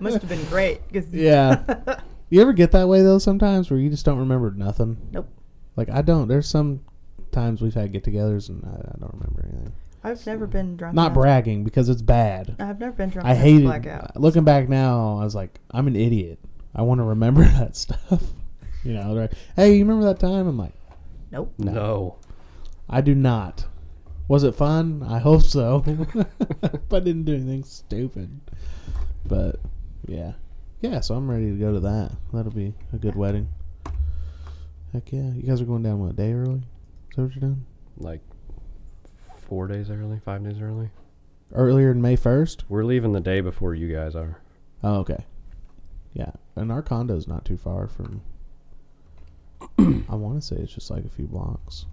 S3: Must have been great. 'cause-
S1: Yeah. You ever get that way though? Sometimes where you just don't remember nothing.
S3: Nope.
S1: Like I don't. There's some times we've had get-togethers and I, I don't remember anything.
S3: I've never been drunk.
S1: Not
S3: enough-
S1: bragging because it's bad.
S3: I've never been drunk.
S1: I
S3: enough to
S1: hate
S3: black
S1: it.
S3: out.
S1: Looking back now, I was like, I'm an idiot. I want to remember that stuff. You know, they're like, hey, you remember that time? I'm like,
S3: Nope.
S1: No.
S2: No.
S1: I do not. Was it fun? I hope so. but I didn't do anything stupid. But yeah. Yeah, so I'm ready to go to that. That'll be a good wedding. Heck yeah. You guys are going down what, a day early? Is that what you're doing?
S2: Like four days early, five days early.
S1: Earlier than May first?
S2: We're leaving the day before you guys are.
S1: Oh, okay. Yeah. And our condo's not too far from I wanna say it's just like a few blocks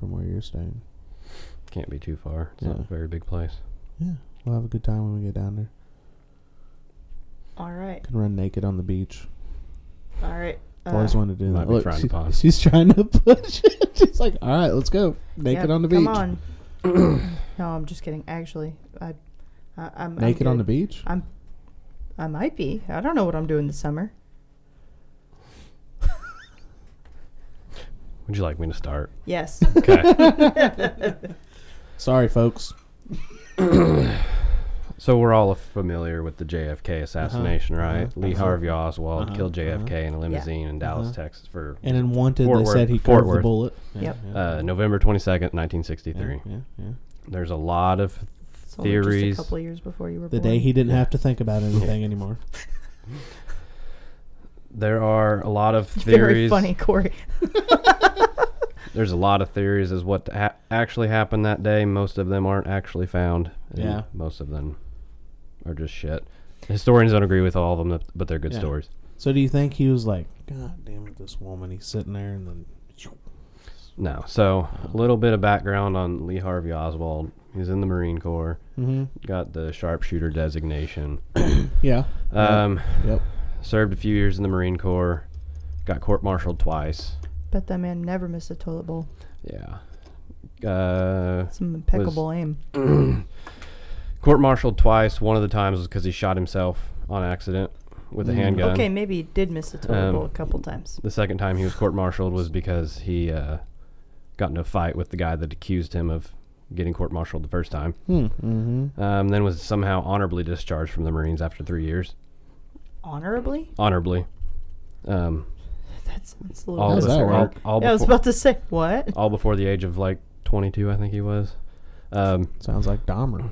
S1: from where you're staying.
S2: Can't be too far. It's not
S1: Yeah.
S2: a very big place.
S1: We'll have a good time when we get down there.
S3: All right.
S1: Can run naked on the beach.
S3: All right.
S1: I've always
S3: Uh,
S1: wanted to do
S2: Might
S1: that.
S2: be
S1: Look,
S2: frowned
S1: she-
S2: upon.
S1: she's trying to push it. She's like, "All right, let's go naked
S3: Yep,
S1: on the beach."
S3: Come on. no, I'm just kidding. Actually, I, I I'm
S1: Naked
S3: I'm
S1: on the
S3: good.
S1: beach.
S3: I might be. I don't know what I'm doing this summer.
S2: Would you like me to start?
S3: Yes.
S2: Okay.
S1: Sorry, folks.
S2: so we're all familiar with the JFK assassination, right?
S1: uh-huh,
S2: Lee
S1: uh-huh.
S2: Harvey Oswald
S1: Uh-huh,
S2: killed JFK in a limousine in Dallas,
S1: uh-huh.
S2: Texas for
S1: And in wanted,
S2: Fort
S1: they
S2: Worth-
S1: said he
S2: Fort
S1: curved the
S2: Worth.
S1: bullet. Yeah,
S3: Yep.
S1: yeah,
S2: uh, November 22nd, 1963.
S1: yeah, yeah, yeah.
S2: There's a lot of
S3: It's only just
S2: theories.
S3: a couple of years before you were
S1: The
S3: born.
S1: day he didn't have to think about anything anymore.
S2: There are a lot of theories.
S3: Very funny, Corey.
S2: There's a lot of theories as what ha- actually happened that day. Most of them aren't actually found. and
S1: Yeah.
S2: Most of them are just shit. Historians don't agree with all of them, but- but they're good
S1: Yeah.
S2: stories.
S1: So do you think he was like, God damn it, this woman? He's sitting there and then.
S2: No. So a little bit of background on Lee Harvey Oswald. He's in the Marine Corps.
S1: Mm-hmm.
S2: Got the sharpshooter designation.
S1: Yeah.
S2: Um,
S1: Yep.
S2: Served a few years in the Marine Corps. Got court-martialed twice.
S3: Bet that man never missed a toilet bowl.
S2: Yeah. Uh,
S3: Some impeccable aim.
S2: court-martialed twice. One of the times was because he shot himself on accident with a
S1: Mm.
S2: handgun.
S3: Okay, maybe he did miss the toilet
S2: Um,
S3: bowl a couple times.
S2: The second time he was court-martialed was because he uh, got into a fight with the guy that accused him of getting court-martialed the first time.
S1: Hmm. Mm-hmm.
S2: Um, then was somehow honorably discharged from the Marines after three years.
S3: Honorably?
S2: Honorably. Um,
S3: That sounds a
S2: all
S1: How's
S3: little.
S1: that
S2: before, all,
S1: work?
S2: all
S3: Yeah, I was
S2: before,
S3: about to say what?
S2: all before the age of like 22, I think he was. Um,
S1: Sounds like Dahmer.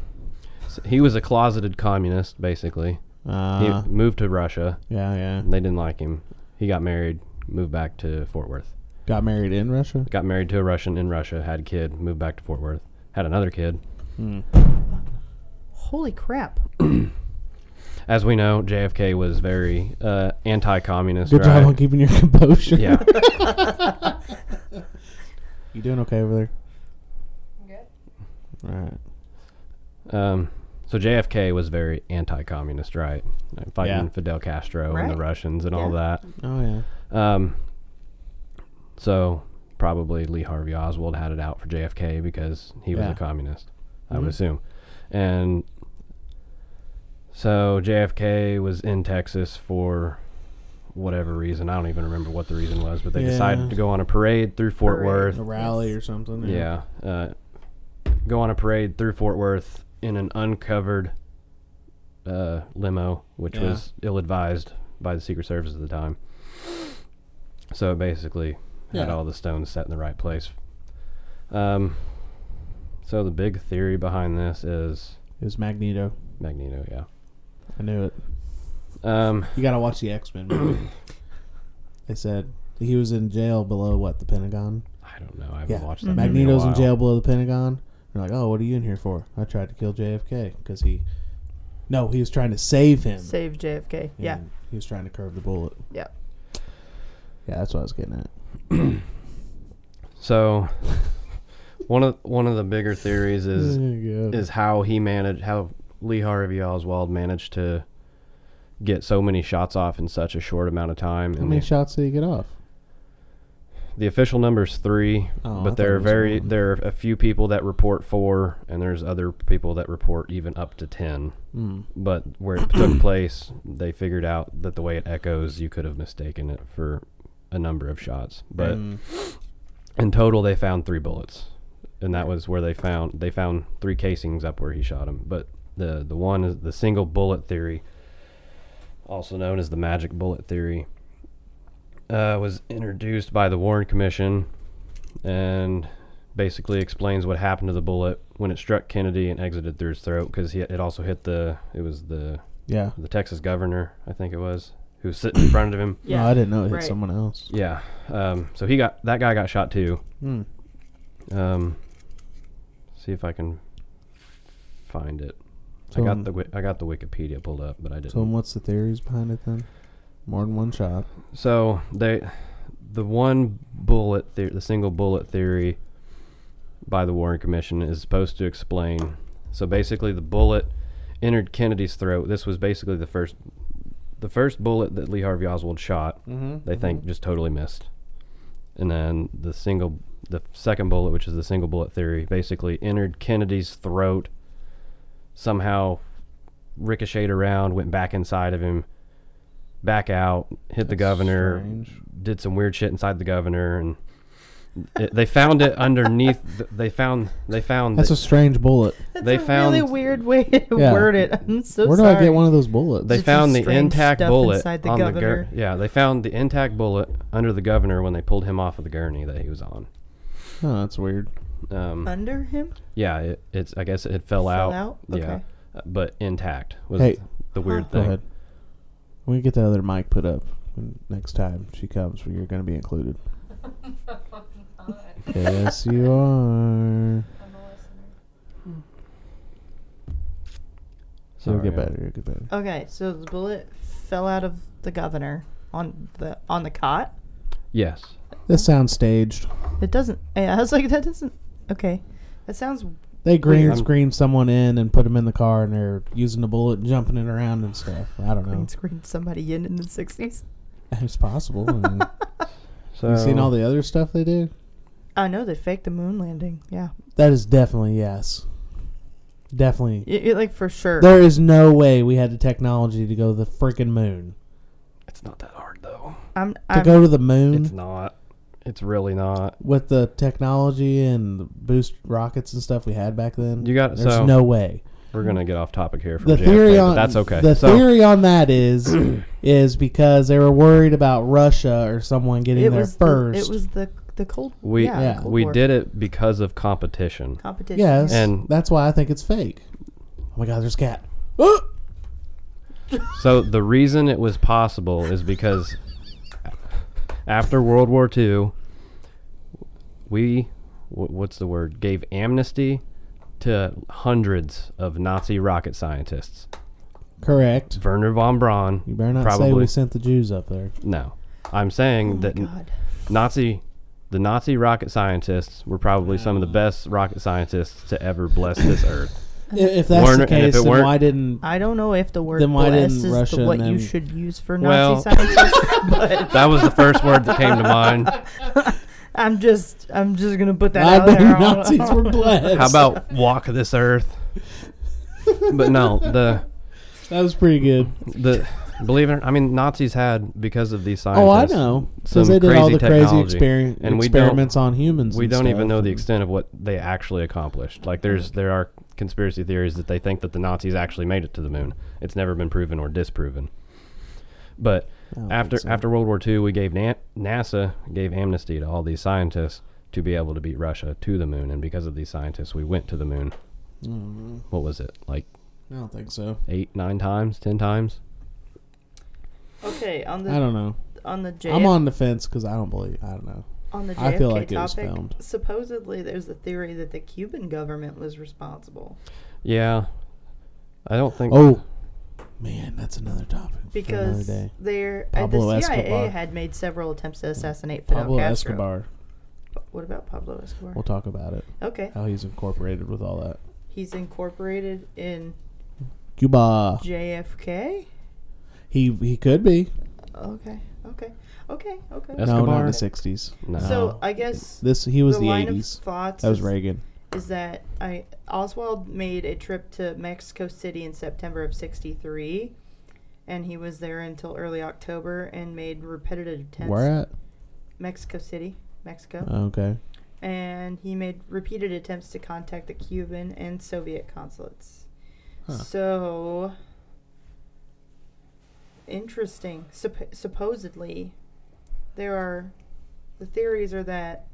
S2: s- he was a closeted communist, basically. He
S1: Uh,
S2: moved to Russia.
S1: yeah, yeah.
S2: and They didn't like him. He got married, moved back to Fort Worth.
S1: Got married in Russia.
S2: Got married to a Russian in Russia, had a kid, moved back to Fort Worth, had another kid.
S1: Hmm.
S3: Holy crap.
S2: As we know, JFK was very uh, anti-communist.
S1: Good
S2: right?
S1: job on keeping your composure.
S2: yeah,
S1: You doing okay over there?
S4: Good.
S1: All right.
S2: Um, so JFK was very anti-communist, right? Like Fighting
S1: Yeah.
S2: Fidel Castro and the
S3: Right.
S2: Russians and all that.
S1: Oh yeah.
S2: Um, so probably Lee Harvey Oswald had it out for JFK because he was
S1: Yeah.
S2: a communist, I
S1: Mhm.
S2: would assume. And so JFK was in Texas for whatever reason. I don't even remember what the reason was, but they
S1: Yeah.
S2: decided to go on a parade through Fort
S3: Parade.
S2: Worth.
S1: A rally or something.
S2: Yeah. Uh, go on a parade through Fort Worth in an uncovered uh, limo, which
S1: Yeah.
S2: was ill advised by the Secret Service at the time. So it basically had
S1: Yeah.
S2: all the stones set in the right place. Um, so the big theory behind this is
S1: It was Magneto.
S2: Magneto, yeah.
S1: I knew it.
S2: Um,
S1: You gotta watch the X Men movie. they said he was in jail below what the Pentagon.
S2: I don't know. I haven't
S1: Yeah. Mm-hmm.
S2: watched that. movie in, a
S1: Magneto's in
S2: while.
S1: jail below the Pentagon. They're like, oh, what are you in here for? I tried to kill JFK because he. No, he was trying to save him.
S3: Save JFK. Yeah.
S1: and He was trying to curve the bullet.
S3: Yeah.
S1: Yeah, that's what I was getting at.
S2: So one of one of the bigger theories is
S1: Yeah, good.
S2: is how he managed how Lee Harvey Oswald managed to get so many shots off in such a short amount of time.
S1: How
S2: And
S1: many
S2: the,
S1: shots did he get off?
S2: the official number's three,
S1: Oh, I
S2: but
S1: thought
S2: there
S1: it
S2: are
S1: was
S2: very
S1: one.
S2: there are a few people that report four, and there's other people that report even up to ten.
S1: Mm.
S2: But where it took place, they figured out that the way it echoes, you could have mistaken it for a number of shots. But
S1: Mm.
S2: in total, they found three bullets, and that was where they found they found three casings up where he shot him. But the the one is the single bullet theory, also known as the magic bullet theory, uh, was introduced by the Warren Commission, and basically explains what happened to the bullet when it struck Kennedy and exited through his throat because it also hit the it was the
S1: yeah.
S2: the Texas governor I think it was who was sitting in front of him.
S1: No, I didn't know it hit
S3: right.
S1: someone else.
S2: Yeah, um, so he got that guy got shot too.
S1: Mm.
S2: Um, see if I can find it.
S1: So,
S2: I
S1: um,
S2: got the wi- I got the Wikipedia pulled up, but I didn't.
S1: So, then what's the theories behind it then? More than one shot.
S2: So they, the one bullet, the-, the single bullet theory, by the Warren Commission is supposed to explain. So basically, the bullet entered Kennedy's throat. This was basically the first, the first bullet that Lee Harvey Oswald shot.
S1: Mm-hmm.
S2: They think just totally missed, and then the single, the second bullet, which is the single bullet theory, basically entered Kennedy's throat. Somehow, ricocheted around, went back inside of him, back out, hit the governor, did some weird shit inside the governor and it, they found it underneath th- they found they found
S1: That's a
S2: that
S1: strange bullet.
S3: That's
S2: They
S3: a really
S2: found-
S3: weird way to
S1: Yeah.
S3: word it. I'm so
S1: Where do
S3: sorry.
S1: I get one of those bullets?
S2: they
S3: just
S2: found
S3: some
S2: the
S3: strange
S2: intact
S3: stuff
S2: bullet
S3: inside the
S2: on
S3: governor.
S2: the gurney. Yeah, they found the intact bullet under the governor when they pulled him off of the gurney that he was on.
S1: oh, that's weird.
S2: Um,
S3: Under him?
S2: yeah, it, it's I guess it fell,
S3: Fell
S2: out.
S3: out?
S2: Yeah,
S3: Okay.
S2: uh, but intact was
S1: Hey.
S2: the weird
S3: Huh.
S1: Go
S2: thing.
S1: ahead. We get the other mic put up when- next time she comes. You're going to be included.
S4: not.
S1: yes, you are.
S4: I'm a listener.
S1: So it'll get
S2: Sorry. Uh,
S1: better. It'll get better.
S3: Okay, so the bullet fell out of the governor on the on the cot.
S2: Yes.
S1: That sounds staged.
S3: It doesn't. Yeah, I was like, that doesn't. Okay, that sounds.
S1: They green
S2: I'm-
S1: screen someone in and put them in the car, and they're using the bullet and jumping it around and stuff. I don't know.
S3: Green screen somebody in in the sixties.
S1: It's possible. I mean,
S2: So
S1: you seen all the other stuff they do?
S3: I know they faked the moon landing. Yeah,
S1: That is definitely yes. Definitely.
S3: Y- y- like for sure.
S1: There is no way we had the technology to go to the freaking moon.
S2: It's not that hard though.
S3: I'm.
S1: To
S3: I'm
S1: go to the moon
S2: It's not. It's really not.
S1: with the technology and the boost rockets and stuff we had back then.
S2: You got-
S1: There's
S2: so-
S1: no way.
S2: We're gonna get off topic here from
S1: The
S2: JFK,
S1: theory
S2: but
S1: on
S2: that's okay.
S1: The
S2: so
S1: theory on that is is because they were worried about Russia or someone getting
S3: it
S1: there
S3: was
S1: first.
S3: The, it was the the cold.
S2: we
S3: yeah,
S1: Yeah.
S3: Cold
S2: we
S3: War
S2: did it because of competition.
S3: competition.
S1: yes,
S3: yeah.
S2: And-
S1: that's why I think it's fake. Oh my God, there's a cat. Oh!
S2: So the reason it was possible is because after World War II, we wh- what's the word gave amnesty to hundreds of Nazi rocket scientists.
S1: Correct.
S2: Werner von Braun.
S1: You better not say
S2: probably
S1: we sent the Jews up there.
S2: no. I'm saying
S3: Oh my
S2: that n-
S3: God.
S2: Nazi, the Nazi rocket scientists were probably some of the best rocket scientists to ever bless this earth.
S1: I- If that's
S2: Weren't-
S1: the
S2: and if
S1: case,
S2: it
S1: then
S2: weren't-
S1: why didn't
S3: I don't know if the word
S1: Then why
S3: bless
S1: didn't
S3: is the-
S1: Russia
S3: what
S1: and
S3: you
S1: them-
S3: should use for
S2: Well-
S3: Nazi scientists, but uh,
S2: That was the first word that came to mind.
S3: I'm just I'm just gonna put that
S1: I
S3: out
S1: bet
S3: there.
S1: Nazis were blessed.
S2: How about walk this earth? But no, the
S1: that was pretty good?
S2: the believe it. Or, I mean, Nazis had because of these scientists.
S1: Oh, I know. Because
S2: some
S1: they did all
S2: crazy
S1: the crazy
S2: technology.
S1: exper-
S2: And we don't-
S1: experiments on humans.
S2: We
S1: and
S2: don't even
S1: stuff.
S2: know the extent of what they actually accomplished. Like there's there are conspiracy theories that they think that the Nazis actually made it to the moon. It's never been proven or disproven. But
S1: I don't
S2: after
S1: think so.
S2: after World War II, we gave Na- NASA gave amnesty to all these scientists to be able to beat Russia to the moon, and because of these scientists, we went to the moon.
S1: Mm,
S2: What was it like
S1: I don't think so.
S2: eight, nine times, ten times?
S3: Okay, on
S1: I
S3: the
S1: don't know.
S3: on the JF,
S1: I'm on the fence because I don't believe. I don't know.
S3: on the JFK
S1: I feel like it was
S3: topic.
S1: filmed.
S3: Supposedly, there's a theory that the Cuban government was responsible
S2: Yeah, I don't think.
S1: Oh, man, that's another topic for
S3: because
S1: another day.
S3: there uh,
S1: Pablo
S3: the CIA
S1: Escobar.
S3: had made several attempts to assassinate Fidel
S1: Pablo
S3: Castro.
S1: Escobar.
S3: What about Pablo Escobar?
S1: We'll talk about it.
S3: okay,
S1: How he's incorporated with all that.
S3: he's incorporated in
S1: Cuba.
S3: JFK.
S1: He he could be.
S3: Okay, okay, okay, okay.
S2: That's-
S1: No, not in
S2: Escobar?
S1: the '60s.
S2: No.
S3: So I guess
S1: Um, This he was
S3: the,
S1: the,
S3: line
S1: '80s.
S3: of thoughts
S1: That was
S3: is-
S1: Reagan.
S3: is that I Oswald made a trip to Mexico City in September of '63, and he was there until early October and made repetitive attempts.
S1: Where at?
S3: Mexico City, Mexico,
S1: Oh, Okay.
S3: and he made repeated attempts to contact the Cuban and Soviet consulates.
S1: Huh.
S3: So interesting. Supp- supposedly, there are the theories are that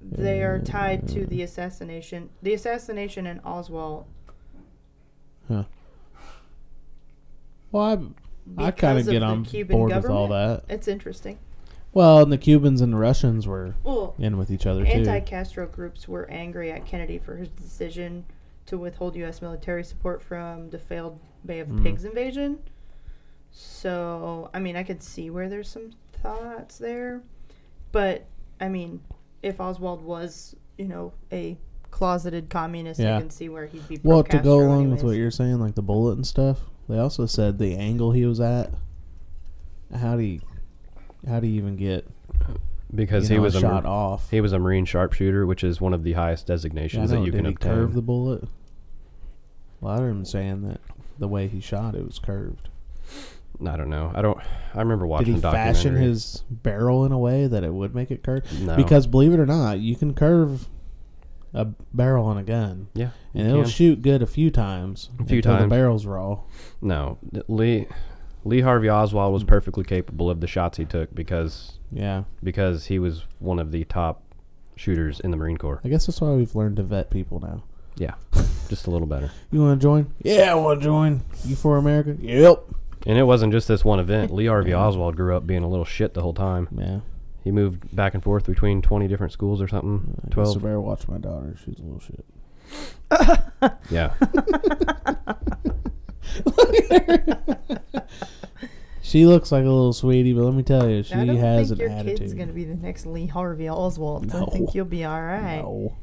S3: they are tied to the assassination, the assassination in Oswald.
S1: Well, I I kind
S3: because
S1: of get
S3: the
S1: on
S3: Cuban
S1: board with all that.
S3: It's interesting.
S1: Well, and the Cubans and the Russians were
S3: Well,
S1: in with each other
S3: anti
S1: too.
S3: Castro groups were angry at Kennedy for his decision to withhold U.S. military support from the failed Bay of
S1: Mm.
S3: Pigs invasion. So, I mean, I could see where there's some thoughts there. But, I mean, if Oswald was, you know, a closeted communist,
S1: Yeah.
S3: I can see where he'd be. pro
S1: Well, to go
S3: Castro
S1: along with what
S3: anyways.
S1: you're saying, like the bullet and stuff, they also said the angle he was at. How do you, how do you even get?
S2: because
S1: you
S2: he
S1: know,
S2: was a
S1: shot
S2: mar-
S1: off.
S2: he was a Marine sharpshooter, which is one of the highest
S1: Yeah, I
S2: designations
S1: know,
S2: that you
S1: did
S2: can
S1: he
S2: obtain.
S1: curve the bullet? A lot of them saying that the way he shot it was curved.
S2: I don't know. I don't. I remember
S1: Did
S2: watching
S1: he
S2: a
S1: fashion
S2: documentary.
S1: his barrel in a way that it would make it curve?
S2: no.
S1: Because believe it or not, you can curve a barrel on a gun,
S2: yeah,
S1: and
S2: you
S1: it'll
S2: can.
S1: shoot good a few times.
S2: A few
S1: until
S2: times.
S1: the barrel's raw.
S2: no Lee Lee Harvey Oswald was perfectly capable of the shots he took because
S1: Yeah,
S2: because he was one of the top shooters in the Marine Corps.
S1: I guess that's why we've learned to vet people now.
S2: Yeah, just a little better.
S1: You want to join? Yeah, I want to join. You for America? Yep.
S2: And it wasn't just this one event. Lee Harvey Oswald grew up being a little shit the whole time.
S1: Yeah.
S2: He moved back and forth between 20 different schools or something.
S1: I guess I
S2: 12.
S1: better watch my daughter. She's a little shit.
S2: Yeah.
S1: She looks like a little sweetie, but let me tell you, she
S3: I don't
S1: has
S3: think
S1: an
S3: your
S1: attitude.
S3: kid's gonna be the next Lee Harvey Oswald. so
S1: No.
S3: I think you'll be all right.
S1: No.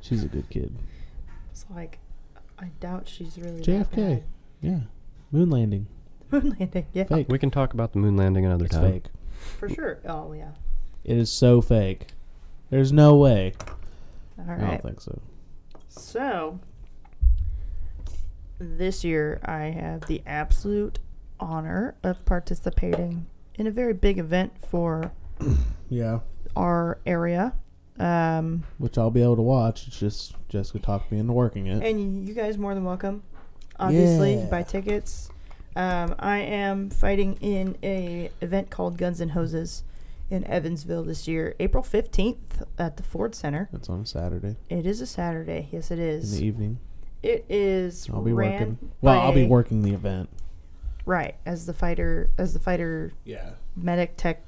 S1: She's a good kid.
S3: It's like I doubt she's really that
S1: JFK.
S3: bad.
S1: Yeah. Moon landing.
S3: Moon landing, yeah,
S1: Fake.
S2: We can talk about the moon landing another
S1: It's
S2: time.
S1: fake.
S3: for sure. Oh yeah.
S1: It is so fake. There's no way.
S3: All
S1: I
S3: right.
S1: don't think so.
S3: So this year I have the absolute honor of participating in a very big event for
S1: Yeah.
S3: our area. Um,
S1: Which I'll be able to watch. It's just Jessica talked me into working it.
S3: and you guys more than welcome. Obviously,
S1: Yeah.
S3: buy tickets. Um, I am fighting in a event called Guns and Hoses in Evansville this year, April fifteenth at the Ford Center.
S1: It's on a Saturday
S3: It is a Saturday. Yes, it
S1: in the
S3: is.
S1: evening.
S3: It is.
S1: I'll be
S3: ran
S1: working. Well, I'll be
S3: by-
S1: working the event.
S3: Right, as the fighter, as the fighter
S1: Yeah.
S3: medic tech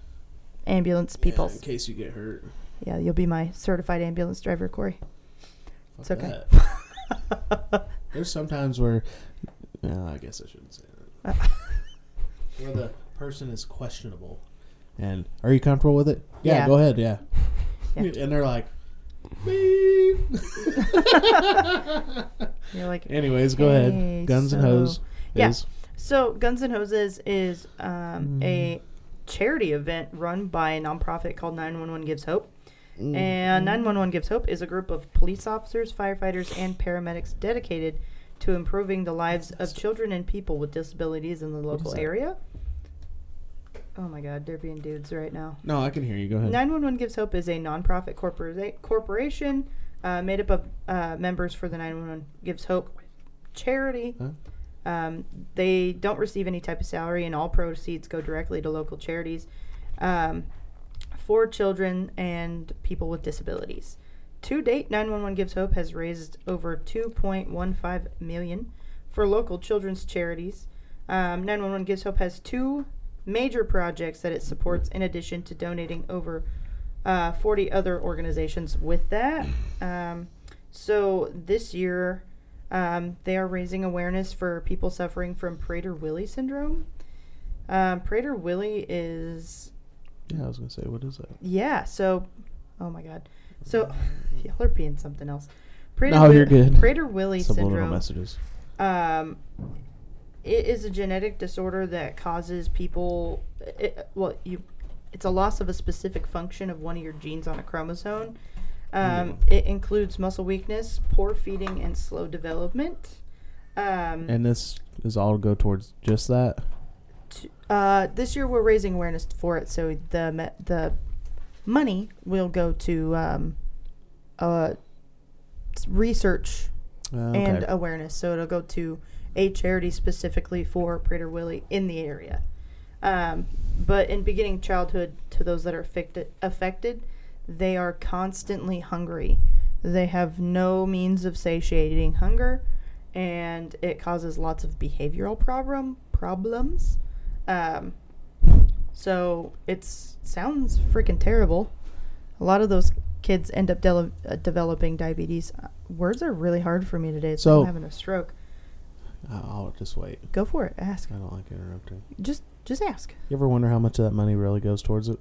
S3: ambulance people. Yeah,
S1: case you get hurt.
S3: you'll be my certified ambulance driver, Corey. It's okay.
S1: There's sometimes where, no, I guess I shouldn't say that. where the person is questionable, and are you comfortable with it? Yeah,
S3: Yeah.
S1: go ahead. Yeah.
S3: Yeah.
S1: And they're like, beep.
S3: You're like,
S1: Anyways, go
S3: Hey,
S1: ahead. Guns and
S3: so-
S1: hose.
S3: Yeah.
S1: Is,
S3: So, Guns N' Hoses is um,
S1: Mm.
S3: a charity event run by a nonprofit called 911 Gives Hope.
S1: Mm. Mm-hmm.
S3: And 911 Gives Hope is a group of police officers, firefighters, and paramedics dedicated to improving the lives of children and people with disabilities in the local
S1: that?
S3: area. Oh my God, they're being dudes right now.
S1: no, I can hear you. Go ahead.
S3: 911 Gives Hope is a nonprofit corpora- corporation uh, made up of uh, members for the 911 Gives Hope charity.
S1: Huh?
S3: Um, they don't receive any type of salary, and all proceeds go directly to local charities um, for children and people with disabilities. To date, 911 Gives Hope has raised over 2.15 million for local children's charities. Um, 911 Gives Hope has two major projects that it supports, in addition to donating over uh, 40 other organizations with that. Um, so this year, um, they are raising awareness for people suffering from Prader-Willi syndrome. Um, Prader-Willi is
S1: yeah, I was gonna say, what is that?
S3: yeah. So, oh my god. So, y'all are being something else.
S1: No, you're good.
S3: Prader-Willi
S1: Subliminal
S3: syndrome.
S1: messages.
S3: Um, it is a genetic disorder that causes people. It, well, you, it's a loss of a specific function of one of your genes on a chromosome.
S1: Hmm.
S3: Um, It includes muscle weakness, poor feeding, and slow development. Um,
S1: And this is all to go towards just that.
S3: t- uh, this year we're raising awareness for it, so the me- the money will go to um, uh, s- research
S1: Uh, okay.
S3: and awareness. So it'll go to a charity specifically for Prater Willie in the area. Um, but in beginning childhood, to those that are affected, affected, they are constantly hungry. They have no means of satiating hunger, and it causes lots of behavioral problem problems. Um, so it sounds freaking terrible. A lot of those kids end up dele- uh, developing diabetes. Uh, Words are really hard for me today. It's
S1: So-
S3: like I'm having a stroke.
S1: I- I'll just wait.
S3: Go for it. Ask.
S1: I don't like interrupting.
S3: Just just ask.
S1: You ever wonder how much of that money really goes towards it?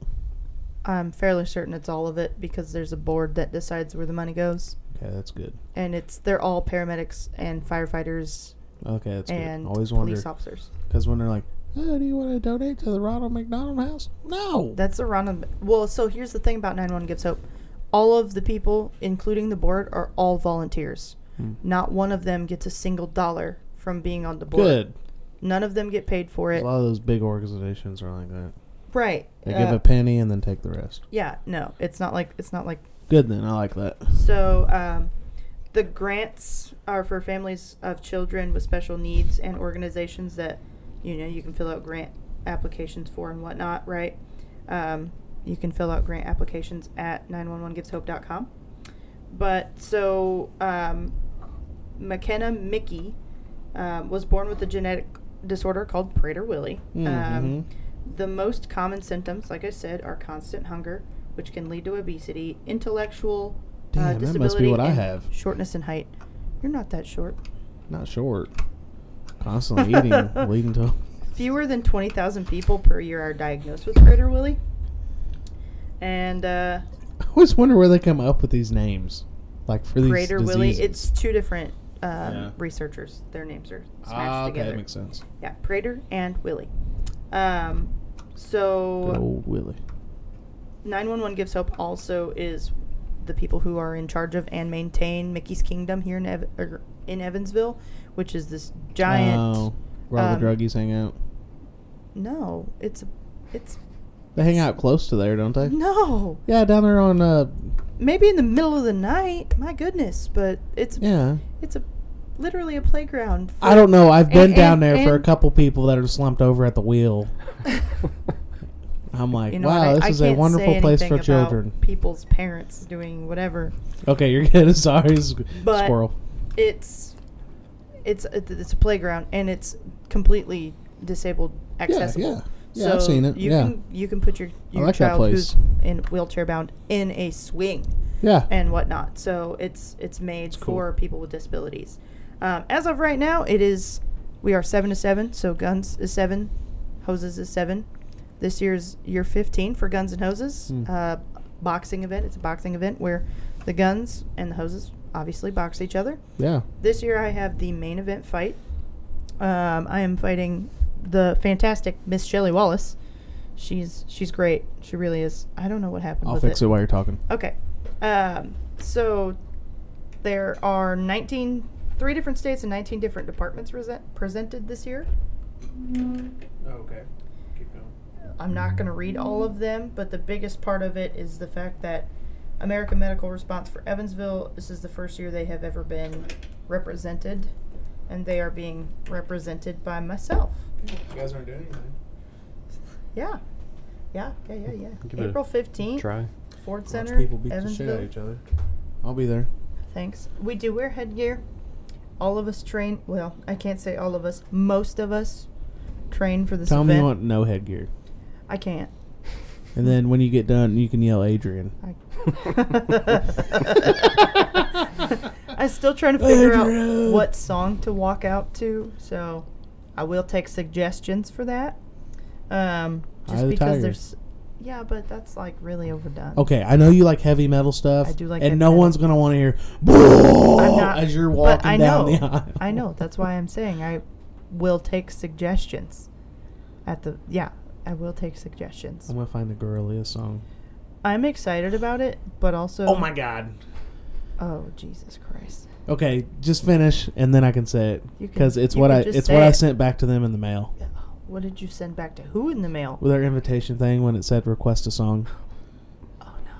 S3: I'm fairly certain it's all of it because there's a board that decides where the money goes,
S1: Okay, that's good.
S3: and it's they're all paramedics and firefighters
S1: Okay, that's
S3: and
S1: good. Always wonder
S3: police officers.
S1: because when they're like, oh, "Do you want to donate to the Ronald McDonald House?" No.
S3: That's a random. Well, so here's the thing about 911 Gives Hope. All of the people, including the board, are all volunteers.
S1: Hmm.
S3: Not one of them gets a single dollar from being on the board.
S1: good.
S3: None of them get paid for
S1: A
S3: it.
S1: lot of those big organizations are like that.
S3: Right.
S1: They
S3: uh,
S1: give a penny and then take the rest.
S3: Yeah. No, it's not like it's not like
S1: Good then. I like that.
S3: So um, the grants are for families of children with special needs and organizations that you know you can fill out grant applications for and whatnot, right? Um, you can fill out grant applications at 911giveshope.com. But so um, McKenna Mickey um, was born with a genetic disorder called Prader Willi. Um,
S1: Mhm.
S3: The most common symptoms, like I said, are constant hunger, which can lead to obesity, intellectual uh,
S1: Damn, that
S3: disability,
S1: must be what I
S3: and
S1: have.
S3: shortness in height. You're not that short.
S1: Not short. Constantly eating, leading to.
S3: Fewer than 20,000 people per year are diagnosed with Prader-Willi. And uh,
S1: I always wonder where they come up with these names, like for these
S3: Greater Willie.
S1: diseases.
S3: It's two different um,
S1: Yeah.
S3: researchers. Their names are smashed
S1: ah, okay,
S3: together.
S1: that makes sense.
S3: Yeah, Prater and Willie. Um,
S1: Good
S3: so
S1: old Willie.
S3: 911 Gives Hope also is the people who are in charge of and maintain Mickey's Kingdom here in, Ev- er, in Evansville, which is this giant.
S1: Oh, where all the
S3: um,
S1: druggies hang out.
S3: No, it's a, it's
S1: They hang out close to there, don't they?
S3: no.
S1: Yeah, down there on uh,
S3: Maybe in the middle of the night. My goodness, but it's
S1: yeah.
S3: it's a literally a playground. For,
S1: I don't know. I've been
S3: And-
S1: down
S3: and-
S1: there for a
S3: and-
S1: couple people that are slumped over at the wheel. I'm like,
S3: You know,
S1: wow,
S3: and
S1: this
S3: I,
S1: is
S3: I
S1: a
S3: can't
S1: wonderful
S3: say
S1: place
S3: anything
S1: for
S3: about
S1: children.
S3: People's parents doing whatever.
S1: Okay, you're good. Sorry, s-
S3: But-
S1: squirrel.
S3: It's it's it's a playground and it's completely disabled accessible.
S1: Yeah, yeah, yeah. I've
S3: So
S1: seen it.
S3: You
S1: Yeah,
S3: can you can put your, your
S1: like that
S3: child who's
S1: place.
S3: in wheelchair bound in a swing
S1: yeah.
S3: and whatnot. So it's it's made
S1: It's cool.
S3: for people with disabilities. Um, as of right now, it is we are seven to seven. So guns is seven, hoses is seven. This year's year fifteen for guns and hoses.
S1: Hmm.
S3: Uh, boxing event. It's a boxing event where the guns and the hoses obviously box each other.
S1: yeah.
S3: This year I have the main event fight. Um, I am fighting the fantastic Miss Shelley Wallace. She's she's great. She really is. I don't know what happened.
S1: I'll
S3: with
S1: fix it. while you're talking.
S3: Okay. Um, so there are 19, three different states and 19 different departments present, presented this year.
S1: Oh, okay. Keep going.
S3: I'm not going to read all of them, but the biggest part of it is the fact that American Medical Response for Evansville, this is the first year they have ever been represented, and they are being represented by myself.
S1: You guys aren't doing anything.
S3: Yeah. Yeah, yeah, yeah, yeah.
S2: Give it a
S3: April 15th,
S2: Try.
S3: Ford Center, Evansville.
S1: other. I'll be there.
S3: Thanks. We do wear headgear. All of us train. Well, I can't say all of us. Most of us train for this
S1: Tell me
S3: event.
S1: you want no headgear,
S3: I can't.
S1: and then when you get done, you can yell Adrian.
S3: I, I'm still trying to figure
S1: Adrian.
S3: out what song to walk out to, so I will take suggestions for that. Um,
S1: Eye
S3: just
S1: of the
S3: because
S1: Tiger.
S3: there's. Yeah, but that's like really overdone.
S1: Okay, I know you like heavy metal stuff.
S3: I do like
S1: and
S3: heavy
S1: no
S3: metal.
S1: one's gonna want to hear
S3: I'm not-
S1: Oh, as you're
S3: but
S1: walking
S3: I
S1: down
S3: know,
S1: the aisle.
S3: I know. That's why I'm saying I will take suggestions. At the yeah, I will take suggestions.
S1: I'm gonna find the Gorilla song.
S3: I'm excited about it, but also
S1: Oh god.
S3: Oh Jesus Christ!
S1: Okay, just finish, and then I can say it
S3: You can-
S1: because it's
S3: you
S1: what
S3: can
S1: I
S3: just
S1: it's
S3: say
S1: what I
S3: it.
S1: sent back to them in the mail
S3: What did you send back to who in the mail?
S1: with our invitation thing when it said request a song.
S3: Oh no!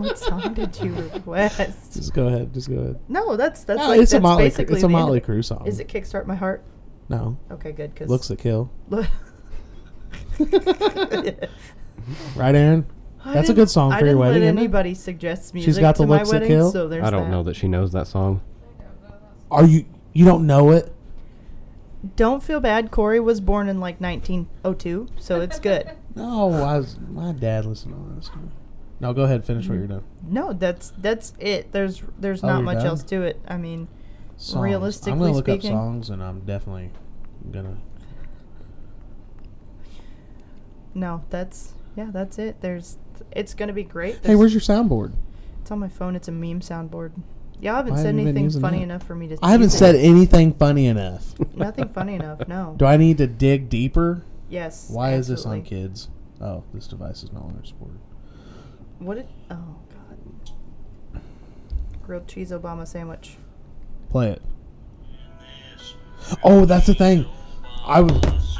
S3: What song did you request?
S1: Just go ahead. Just go ahead.
S3: No, that's that's
S1: No,
S3: like
S1: it's a
S3: that's
S1: Motley.
S3: basically
S1: It's a
S3: the end of
S1: Motley
S3: it.
S1: Crue song.
S3: Is it "Kickstart My Heart"?
S1: No,
S3: Okay, good. Cause
S1: looks to kill. Right, Aaron.
S3: I
S1: That's a
S3: didn't-
S1: good song
S3: I
S1: for your
S3: didn't
S1: wedding,
S3: Let
S1: isn't it?
S3: anybody suggest music
S1: She's got
S3: to
S1: the
S3: my
S1: looks that
S3: wedding,
S1: kill.
S3: so there's
S2: I don't
S3: that.
S2: know that she knows that song.
S1: Are you you don't know it?
S3: Don't feel bad. Corey was born in like 1902, so it's good.
S1: No, I was my dad listened to all that stuff. No, go ahead. Finish what you're doing.
S3: no, that's that's it. There's there's
S1: Oh,
S3: not
S1: you're
S3: much
S1: done?
S3: else to it. I mean,
S1: Songs.
S3: Realistically
S1: I'm gonna look
S3: speaking-
S1: up songs, and I'm definitely gonna.
S3: no, that's yeah, that's it. There's it's gonna be great.
S1: Hey,
S3: There's-
S1: where's your soundboard?
S3: It's on my phone. It's a meme soundboard. Y'all haven't
S1: I
S3: said
S1: haven't been
S3: anything
S1: using
S3: funny
S1: that.
S3: enough for me to.
S1: I haven't
S3: use it.
S1: said anything funny enough.
S3: Nothing funny enough. No.
S1: Do I need to dig deeper?
S3: yes.
S1: Why is this on
S3: absolutely.
S1: kids? Oh, this device is no longer supported.
S3: What? Did, oh God. Grilled cheese Obama sandwich.
S1: Play it. Oh, that's the thing. I was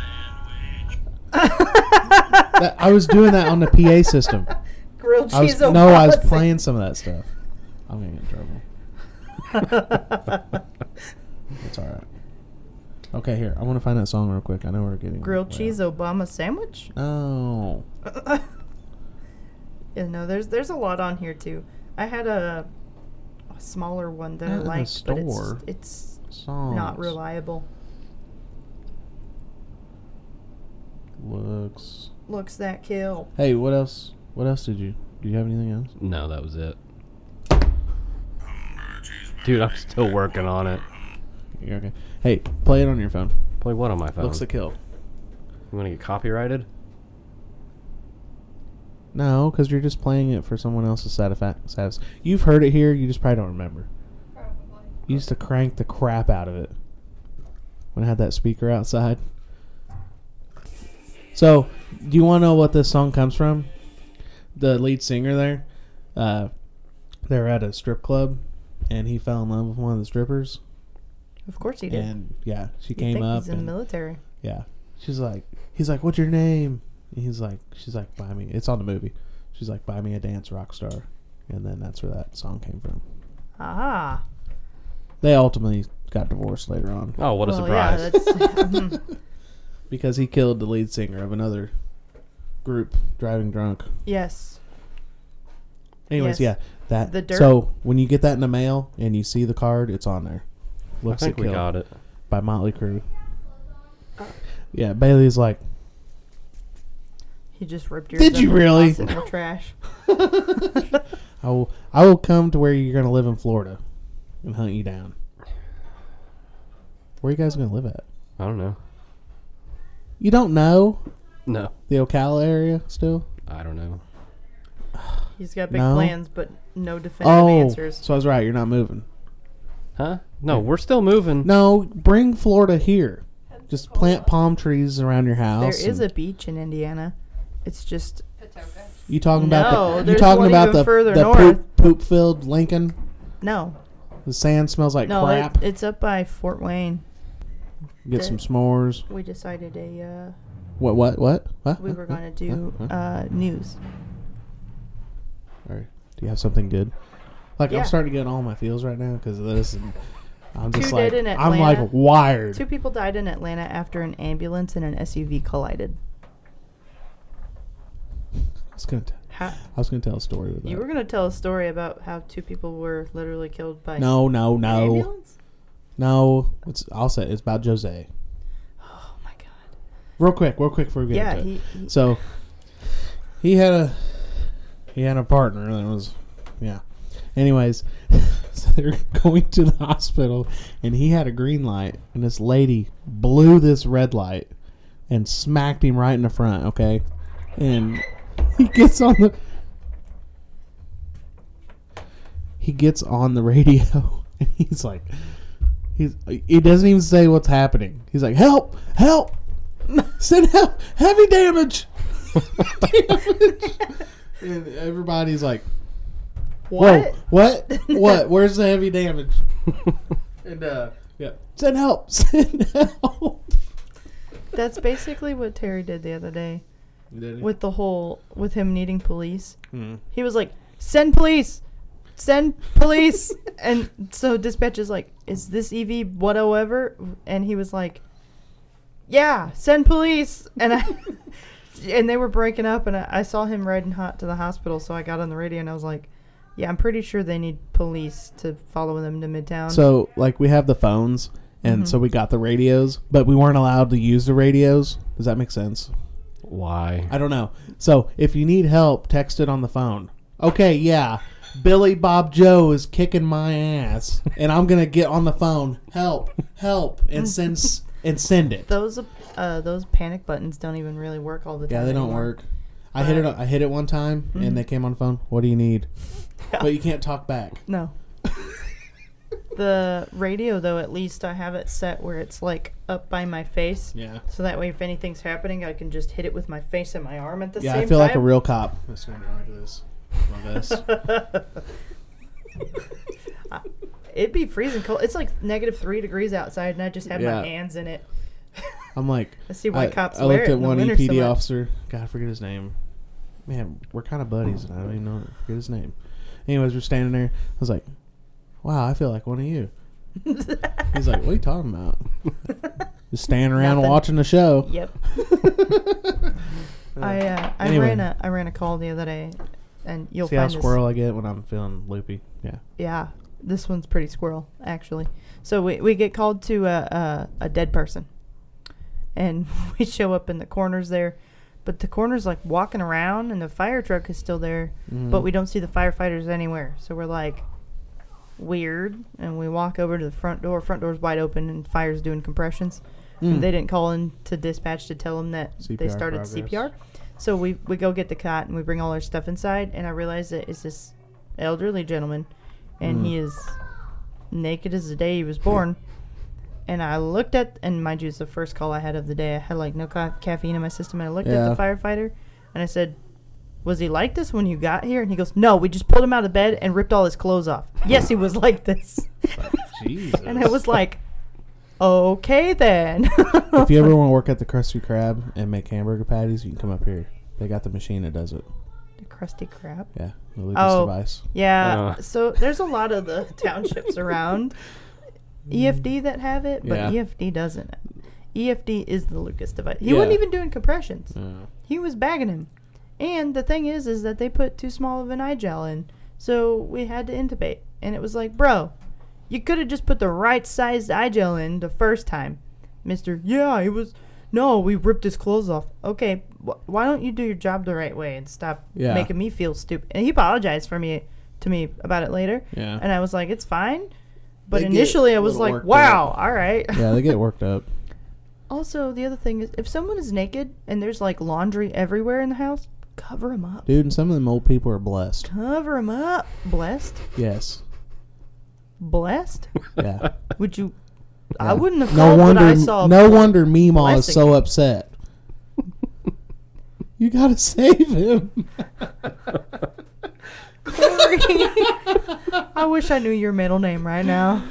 S1: that, I was doing that on the PA system.
S3: Grilled cheese
S1: I was
S3: Obama.
S1: no, I was playing some of that stuff. I'm gonna get in trouble.
S3: playing.
S1: It's all right. Okay, here. I want to find that song real quick. I know we're getting
S3: Grilled
S1: way
S3: cheese
S1: off.
S3: Obama sandwich.
S1: No.
S3: yeah, no, there's there's a lot on here too. I had a, a smaller one that
S1: Not
S3: I
S1: in the
S3: liked, but it's
S1: store. Oh,
S3: it's
S1: Songs.
S3: not reliable.
S1: looks.
S3: Looks that kill.
S1: Hey, what else? What else did you? Do you have anything else?
S2: No, that was it. Dude, I'm still working on it.
S1: You're okay. Hey, play it on your phone.
S2: Play what on my phone?
S1: Looks a kill.
S2: I'm gonna get copyrighted.
S1: No, because you're just playing it for someone else's satisfaction. Satis- You've heard it here. You just probably don't remember.
S4: Probably.
S1: You used to crank the crap out of it when I had that speaker outside. So, do you want to know what this song comes from? The lead singer there, uh, they were at a strip club, and he fell in love with one of the strippers.
S3: Of course he did.
S1: And yeah, she
S3: You'd
S1: came
S3: think
S1: up.
S3: He's in the
S1: and-
S3: military.
S1: yeah. She's like, he's like, what's your name? And he's like, she's like, buy me. It's on the movie. She's like, buy me a dance rock star. And then that's where that song came from.
S3: Ah.
S1: They ultimately got divorced later on
S2: Oh, what a
S3: well,
S2: surprise!
S3: Yeah, that's,
S1: because he killed the lead singer of another group driving drunk.
S3: yes.
S1: Anyways,
S3: Yes.
S1: yeah, that.
S3: The dirt.
S1: So when you get that in the mail and you see the card, it's on there.
S2: I
S1: Looks
S2: think
S1: to
S2: we
S1: Kill
S2: got it.
S1: by Motley Crue. Yeah, Bailey's like,
S3: He just ripped your.
S1: Did you really?
S3: trash.
S1: I will, I will come to where you're gonna live in Florida, and hunt you down. Where are you guys gonna live at?
S2: I don't know.
S1: You don't know
S2: No,
S1: the Ocala area still?
S2: I don't know.
S3: He's got big
S1: No.
S3: plans, but no definitive
S1: Oh,
S3: answers.
S1: so I was right. You're not moving.
S2: Huh? No, we're still moving.
S1: No, bring Florida here. Just plant palm trees around your
S3: There
S1: house.
S3: is a
S1: and-
S3: beach in Indiana. It's just
S4: Patoka.
S1: You talking
S3: No,
S1: about the? You
S3: there's
S1: talking
S3: one
S1: about
S3: even
S1: the,
S3: further
S1: the
S3: north.
S1: poop, poop filled Lincoln?
S3: no,
S1: The sand smells like
S3: no. It,
S1: crap.
S3: it's up by Fort Wayne.
S1: Get some s'mores.
S3: We decided a
S1: What? What? What? What?
S3: uh, we
S1: What?
S3: were
S1: What?
S3: gonna do
S1: Huh? Huh?
S3: uh, news.
S1: All right. Do you have something good? Like
S3: Yeah.
S1: I'm starting to get all my feels right now because of this. And I'm just
S3: Two
S1: like
S3: dead in
S1: I'm like
S3: Atlanta.
S1: wired.
S3: Two people died in Atlanta after an ambulance and an SUV collided.
S1: I was gonna. T-
S3: How,
S1: I was gonna tell a story with that.
S3: you were gonna tell a story about how two people were literally killed by
S1: no, no,
S3: an
S1: no,
S3: ambulance.
S1: no. It's I'll say it's about Jose.
S3: Oh my god!
S1: Real quick, real quick before we get
S3: Yeah,
S1: into it.
S3: he, he
S1: So he had a he had a partner that was yeah. Anyways, so they're going to the hospital and he had a green light and this lady blew this red light and smacked him right in the front, okay? And he gets on the he gets on the radio and he's like he's he doesn't even say what's happening. He's like, "Help! Help! Send help! Heavy damage!" damage. and everybody's like,
S3: what?
S1: Whoa, what? What? Where's the heavy damage?" And uh, yeah, send help! Send help!
S3: That's basically what Terry did the other day
S1: With
S3: with the whole with him needing police.
S1: Hmm.
S3: He was like, "Send police, send police," and so dispatch is like, "Is this EV whatever?" And he was like, "Yeah, send police." And I and they were breaking up, and I, I saw him riding hot to the hospital, so I got on the radio and I was like, "Yeah, I'm pretty sure they need police to follow them to Midtown."
S1: So like we have the phones, and so we got the radios, but we weren't allowed to use the radios. Does that make sense?
S2: Why?
S1: I don't know. So if you need help, text it on the phone. Okay, yeah. Billy Bob Joe is kicking my ass, and I'm gonna get on the phone. Help, help, and send s- and send it.
S3: those uh, those panic buttons don't even really work all the time.
S1: Yeah, they don't
S3: anymore.
S1: work. I hit it. I hit it one time,
S3: Mm-hmm.
S1: and they came on the phone. What do you need? But you can't talk back.
S3: No. the radio, though, at least I have it set where it's like up by my face.
S1: Yeah.
S3: So that way, if anything's happening, I can just hit it with my face and my arm at the
S1: Yeah,
S3: same
S1: I feel
S3: time.
S1: like a real cop. Let's turn it like this. Like this.
S3: It'd be freezing cold. It's like negative three degrees outside, and I just have
S1: Yeah.
S3: my hands in it.
S1: I'm like,
S3: I see why cops
S1: I
S3: wear
S1: looked
S3: it
S1: at
S3: in the
S1: one E
S3: winter
S1: EPD
S3: so much.
S1: officer. God, I forget his name. Man, we're kind of buddies, and I don't even know. I forget his name. Anyways, we're standing there. I was like, "Wow, I feel like one of you." He's like, "What are you talking about?" Just standing around
S3: Nothing.
S1: watching the show.
S3: Yep. I uh, I
S1: Anyway.
S3: ran a I ran a call the other day, and you'll
S1: See how
S3: find this.
S1: squirrel I get when I'm feeling loopy. Yeah.
S3: Yeah, this one's pretty squirrel actually. So we we get called to a a, a dead person, and we show up in the corners there. But the corner's like walking around, and the fire truck is still there,
S1: Mm-hmm.
S3: but
S1: Mm.
S3: we don't see the firefighters anywhere. So we're like, weird. And we walk over to the front door. Front door's wide open, and fire's doing compressions.
S1: Mm.
S3: They didn't call in to dispatch to tell them that they
S1: CPR
S3: started
S1: progress.
S3: CPR. So we, we go get the cot and we bring all our stuff inside. And I realize that it's this elderly gentleman, and
S1: Mm.
S3: he is naked as the day he was born. and I looked at, and mind you, it's the first call I had of the day. I had like no ca- caffeine in my system. And I looked at the
S1: Yeah.
S3: firefighter, and I said, "Was he like this when you got here?" And he goes, "No, we just pulled him out of bed and ripped all his clothes off. Yes, he was like this."
S5: Jesus.
S3: and I was like, "Okay then."
S1: if you ever want to work at the Krusty Krab and make hamburger patties, you can come up here. They got the machine that does it.
S3: The crusty crab.
S1: Yeah, the Lucas
S3: Oh.
S1: device.
S3: Yeah.
S2: Uh.
S3: So there's a lot of the townships around E EFD that have it, but
S1: Yeah.
S3: EFD doesn't. EFD is the Lucas device. He
S1: Yeah.
S3: wasn't even doing compressions.
S1: Yeah.
S3: He was bagging him. And the thing is, is that they put too small of an eye gel in, so we had to intubate. And it was like, bro, you could have just put the right sized eye gel in the first time, Mister. Yeah, he was. No, we ripped his clothes off. Okay, wh- why don't you do your job the right way and stop
S1: Yeah.
S3: making me feel stupid? And he apologized for me to me about it later,
S1: Yeah.
S3: and I was like, it's fine. But
S1: They get
S3: initially, I
S1: a
S3: was
S1: little
S3: like,
S1: worked
S3: wow,
S1: up.
S3: all right.
S1: yeah, they get worked up.
S3: Also, the other thing is, if someone is naked and there's like laundry everywhere in the house, cover them up.
S1: Dude, and some of them old people are blessed.
S3: Cover them up. Blessed,
S1: Yes.
S3: blessed.
S1: Yeah.
S3: Would you?
S1: Yeah.
S3: I wouldn't have
S1: No
S3: called
S1: wonder
S3: what I saw.
S1: no
S3: but
S1: wonder Meemaw is
S3: blessing.
S1: so upset. you gotta save him.
S3: Corey. I wish I knew your middle name right now,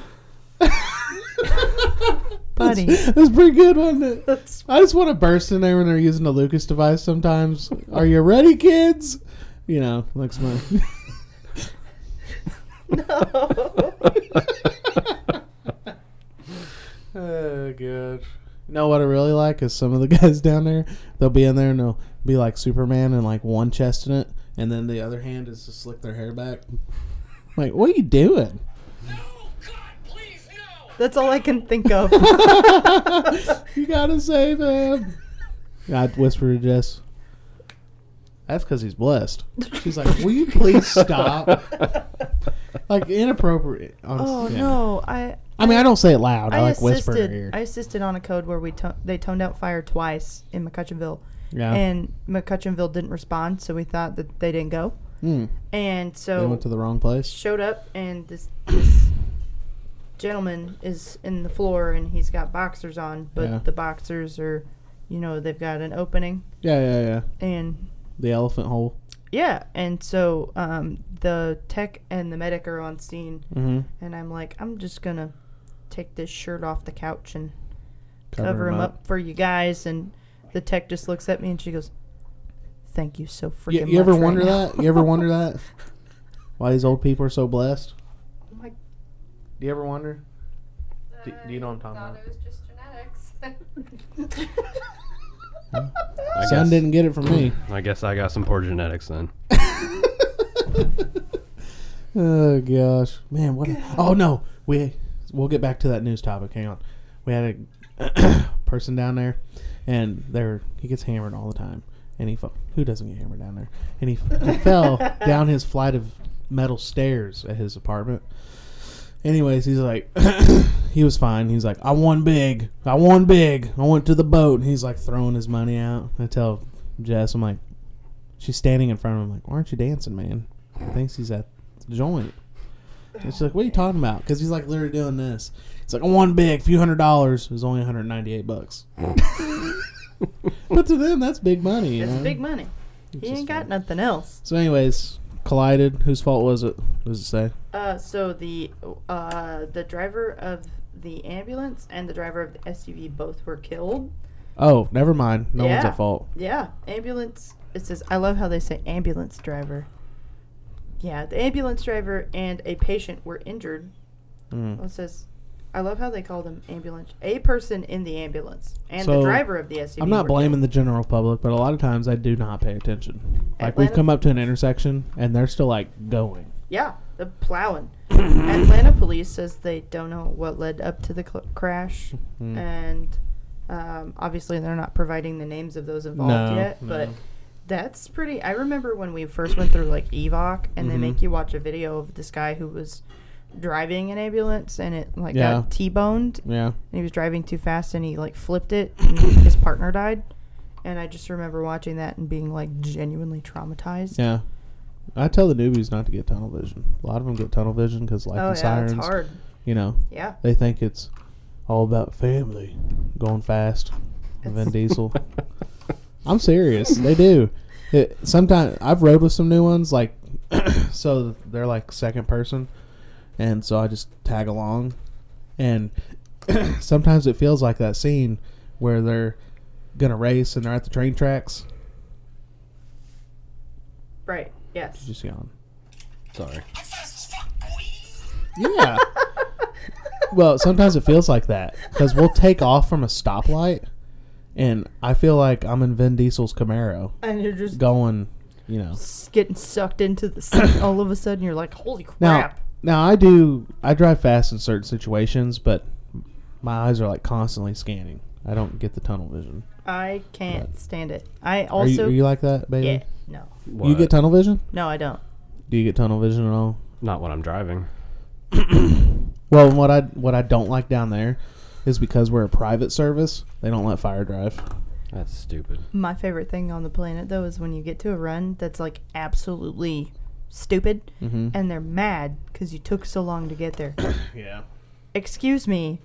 S3: buddy.
S1: That's pretty good, wasn't it?
S3: That's
S1: I just want to burst in there when they're using a Lucas device sometimes. Are you ready, kids? You know, like my
S3: no.
S1: Oh gosh. You know what I really like is some of the guys down there, they'll be in there and they'll be like Superman and like one chest in it and then the other hand is to slick their hair back. Like, what are you doing?
S3: That's all I can think of.
S1: You gotta save him. I whispered to Jess. That's because he's blessed. She's like, "Will you please stop?" like inappropriate. Honestly.
S3: oh
S1: Yeah.
S3: no, I.
S1: I mean, I don't say it loud. I,
S3: I
S1: like whisper in her ear.
S3: assisted. I assisted on a code where we to- they toned out fire twice in McCutcheonville,
S1: yeah.
S3: and McCutcheonville didn't respond, so we thought that they didn't go.
S1: Hmm.
S3: And
S1: they
S3: so
S1: went to the wrong place.
S3: showed up, and this this gentleman is in the floor, and he's got boxers on, but
S1: Yeah.
S3: the boxers are, you know, they've got an opening,
S1: Yeah, yeah, yeah.
S3: and
S1: The elephant hole.
S3: yeah, and so um, the tech and the medic are on scene,
S2: Mm-hmm.
S3: and I'm like, I'm just gonna take this shirt off the couch and cover, him up. for you guys, and the tech just looks at me and she goes. Thank you so freaking
S1: You,
S3: much.
S1: you ever
S3: right
S1: wonder
S3: now."
S1: that? You ever wonder that? Why these old people are so blessed?
S3: I'm like,
S1: Do you ever wonder? Do-
S4: I
S1: do you know what I'm talking
S4: thought
S1: about?
S4: it was just genetics.
S2: I
S1: Son
S2: guess-
S1: didn't get it from me.
S2: I guess I got some poor genetics then.
S1: oh gosh, man, what? A, oh no, we we'll get back to that news topic. Hang on, we had a person down there, and there he gets hammered all the time, and he fell. Who doesn't get hammered down there? And he, he fell down his flight of metal stairs at his apartment. Anyways, he's like, he was fine. He's like, I won big. I won big. I went to the boat. And he's like throwing his money out. I tell Jess, I'm like, she's standing in front of him, like, why aren't you dancing, man? He thinks he's at the joint. And she's like, what are you talking about? Because he's like literally doing this. He's like, I won big, few hundred dollars. It was only 198 bucks. but to them, that's big money. you
S3: That's
S1: know?
S3: big money. He
S1: just
S3: ain't got
S1: fine.
S3: nothing else.
S1: So, anyways, collided. Whose fault was it? What does it say?
S3: Uh, so the uh, the driver of the ambulance and the driver of the SUV both were killed.
S1: Oh, never mind. No one's
S3: Yeah.
S1: at fault.
S3: Yeah, ambulance. It says I love how they say ambulance driver. Yeah, the ambulance driver and a patient were injured.
S1: Mm.
S3: Well, it says I love how they call them ambulance. A person in the ambulance and
S1: So,
S3: the driver of the SUV.
S1: I'm
S3: were
S1: not blaming
S3: killed.
S1: the general public, but a lot of times I do not pay attention. Like
S3: Atlanta-
S1: we've come up to an intersection and they're still like going.
S3: Yeah, the plowing. Atlanta police says they don't know what led up to the cl- crash,
S1: Mm.
S3: and Um, obviously, they're not providing the names of those involved
S1: No,
S3: yet, but
S1: no.
S3: that's pretty. I remember when we first went through like Evoc, and they
S1: Mhm.
S3: make you watch a video of this guy who was driving an ambulance, and it like
S1: Yeah.
S3: got t-boned, and
S1: Yeah.
S3: he was driving too fast, and he like flipped it, and his partner died. And I just remember watching that and being like genuinely traumatized.
S1: Yeah. I tell the newbies not to get tunnel vision. A lot of them get tunnel vision because, like
S3: oh yeah,
S1: the sirens,
S3: it's hard.
S1: you know,
S3: Yeah.
S1: they think it's all about family, going fast, Vin
S3: It's-
S1: Diesel. I'm serious. They do. It, sometimes I've rode with some new ones, like so they're like second person, and so I just tag along, and sometimes it feels like that scene where they're gonna race and they're at the train tracks.
S3: Right. Yes.
S1: Just yawn.
S2: Sorry.
S1: Yeah. well, sometimes it feels like that because we'll take off from a stoplight, and I feel like I'm in Vin Diesel's Camaro
S3: And you're just
S1: going, you know.
S3: s- getting sucked into the seat all of a sudden. You're like, holy
S1: Now,
S3: crap.
S1: now I do. I drive fast in certain situations, but my eyes are like constantly scanning. I don't get the tunnel vision.
S3: I can't stand it.
S1: Are
S3: I
S1: you,
S3: also
S1: are you like that, baby?
S3: yeah. No,
S1: You get
S2: What?
S1: tunnel vision?
S3: no, I don't.
S1: Do you get tunnel vision at all?
S2: Not when I'm driving.
S1: Well, what I what I don't like down there is because we're a private service, they don't let fire drive.
S2: That's stupid.
S3: My favorite thing on the planet though is when you get to a run that's like absolutely stupid,
S1: Mhm.
S3: and they're mad because you took so long to get there.
S1: Yeah.
S3: Excuse me.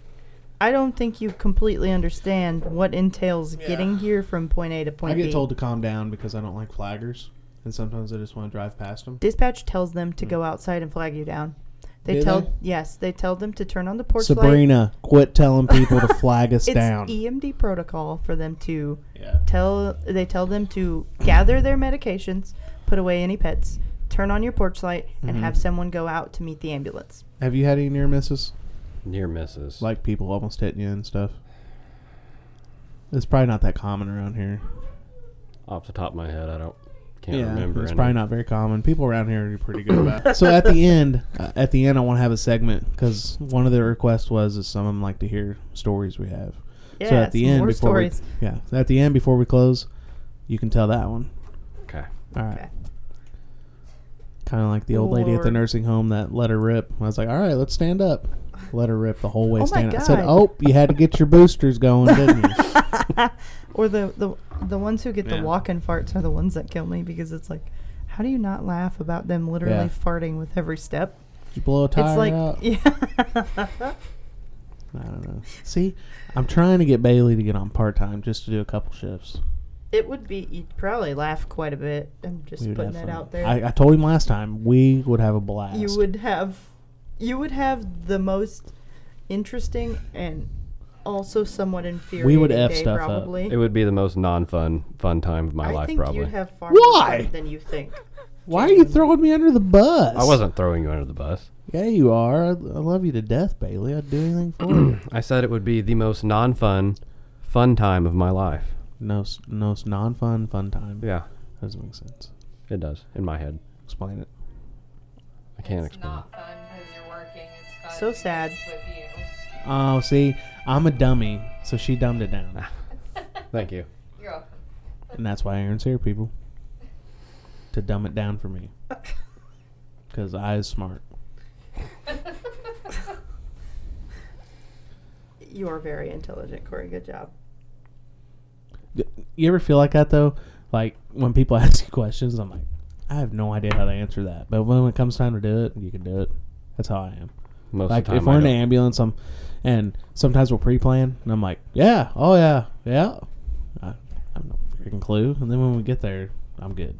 S3: I don't think you completely understand what entails getting here from point A to point
S1: I get
S3: B.
S1: told to calm down because I don't like flaggers, and sometimes I just want to drive past them.
S3: Dispatch tells them to go outside and flag you down. They
S1: Do
S3: tell
S1: they?
S3: yes, they tell them to turn on the porch light.
S1: Sabrina, quit telling people to flag us
S3: It's e
S1: down.
S3: EMD protocol for them to
S1: yeah.
S3: tell they tell them to gather their medications, put away any pets, turn on your porch light,
S1: Mm-hmm.
S3: and have someone go out to meet the ambulance.
S1: Have you had any near misses?
S2: Near misses.
S1: like people almost hitting you and stuff. It's probably not that common around here.
S2: off the top of my head, I don't can't remember.
S1: it's
S2: any.
S1: probably not very common. People around here are pretty good about. it. So at the end, uh, at the end, I want to have a segment because one of the requests was is some of them like to hear stories we have.
S3: Yeah,
S1: so at the
S3: some
S1: end,
S3: more
S1: before
S3: stories.
S1: we yeah, so at the end before we close, you can tell that one.
S2: Okay.
S1: All right.
S3: Okay.
S1: Kind of like the old lady at the
S3: Lord.
S1: nursing home that let her rip. I was like, all right, let's stand up. Let her rip the whole way.
S3: Oh my
S1: stand up. I said,
S3: God.
S1: oh, you had to get your boosters going, didn't you?
S3: Or the the the ones who get
S1: Yeah.
S3: the walk-in farts are the ones that kill me because it's like, how do you not laugh about them literally
S1: Yeah.
S3: farting with every step?
S1: Did you blow a tire
S3: it's like
S1: out?
S3: yeah.
S1: I don't know. See, I'm trying to get Bailey to get on part time just to do a couple shifts.
S3: It would be you'd probably laugh quite a bit. I'm just
S1: We would
S3: putting
S1: have
S3: that
S1: fun.
S3: out there.
S1: I, I told him last time we would have a blast.
S3: you would have you would have the most interesting and also somewhat inferior
S1: would F
S3: day,
S1: stuff up.
S3: probably.
S2: It would be the most non-fun fun time of my
S3: I
S2: life,
S3: think
S2: probably.
S3: you'd have far
S1: Why?
S3: more fun than you think.
S1: Why are you throwing me under the bus?
S2: I wasn't throwing you under the bus.
S1: Yeah, you are. I, I love you to death, Bailey. I'd do anything for you.
S2: I said it would be the most non-fun fun time of my life.
S1: No, s- no s- non-fun fun time.
S2: Yeah,
S1: Doesn't make sense.
S2: it does in my head.
S1: Explain it.
S2: I can't
S4: It's
S2: explain.
S4: not fun because you're working. It's fun.
S3: So
S4: because
S3: sad.
S4: it's With you.
S1: Oh, see, I'm a dummy, so she dumbed it
S2: Ah.
S1: down,
S2: it. Thank you.
S4: You're welcome.
S1: and that's why Aaron's here, people, to dumb it down for me, because I is smart.
S3: You are very intelligent, Corey. Good job.
S1: You ever feel like that though? Like when people ask you questions, I'm like, I have no idea how to answer that. But when it comes time to do it, you can do it. That's how I am.
S2: Most
S1: Like
S2: of the time,
S1: if we're
S2: I
S1: in an
S2: don't-
S1: ambulance, I'm, and sometimes we'll pre-plan, and I'm like, yeah, oh yeah, yeah. I, I have no freaking clue. And then when we get there, I'm good.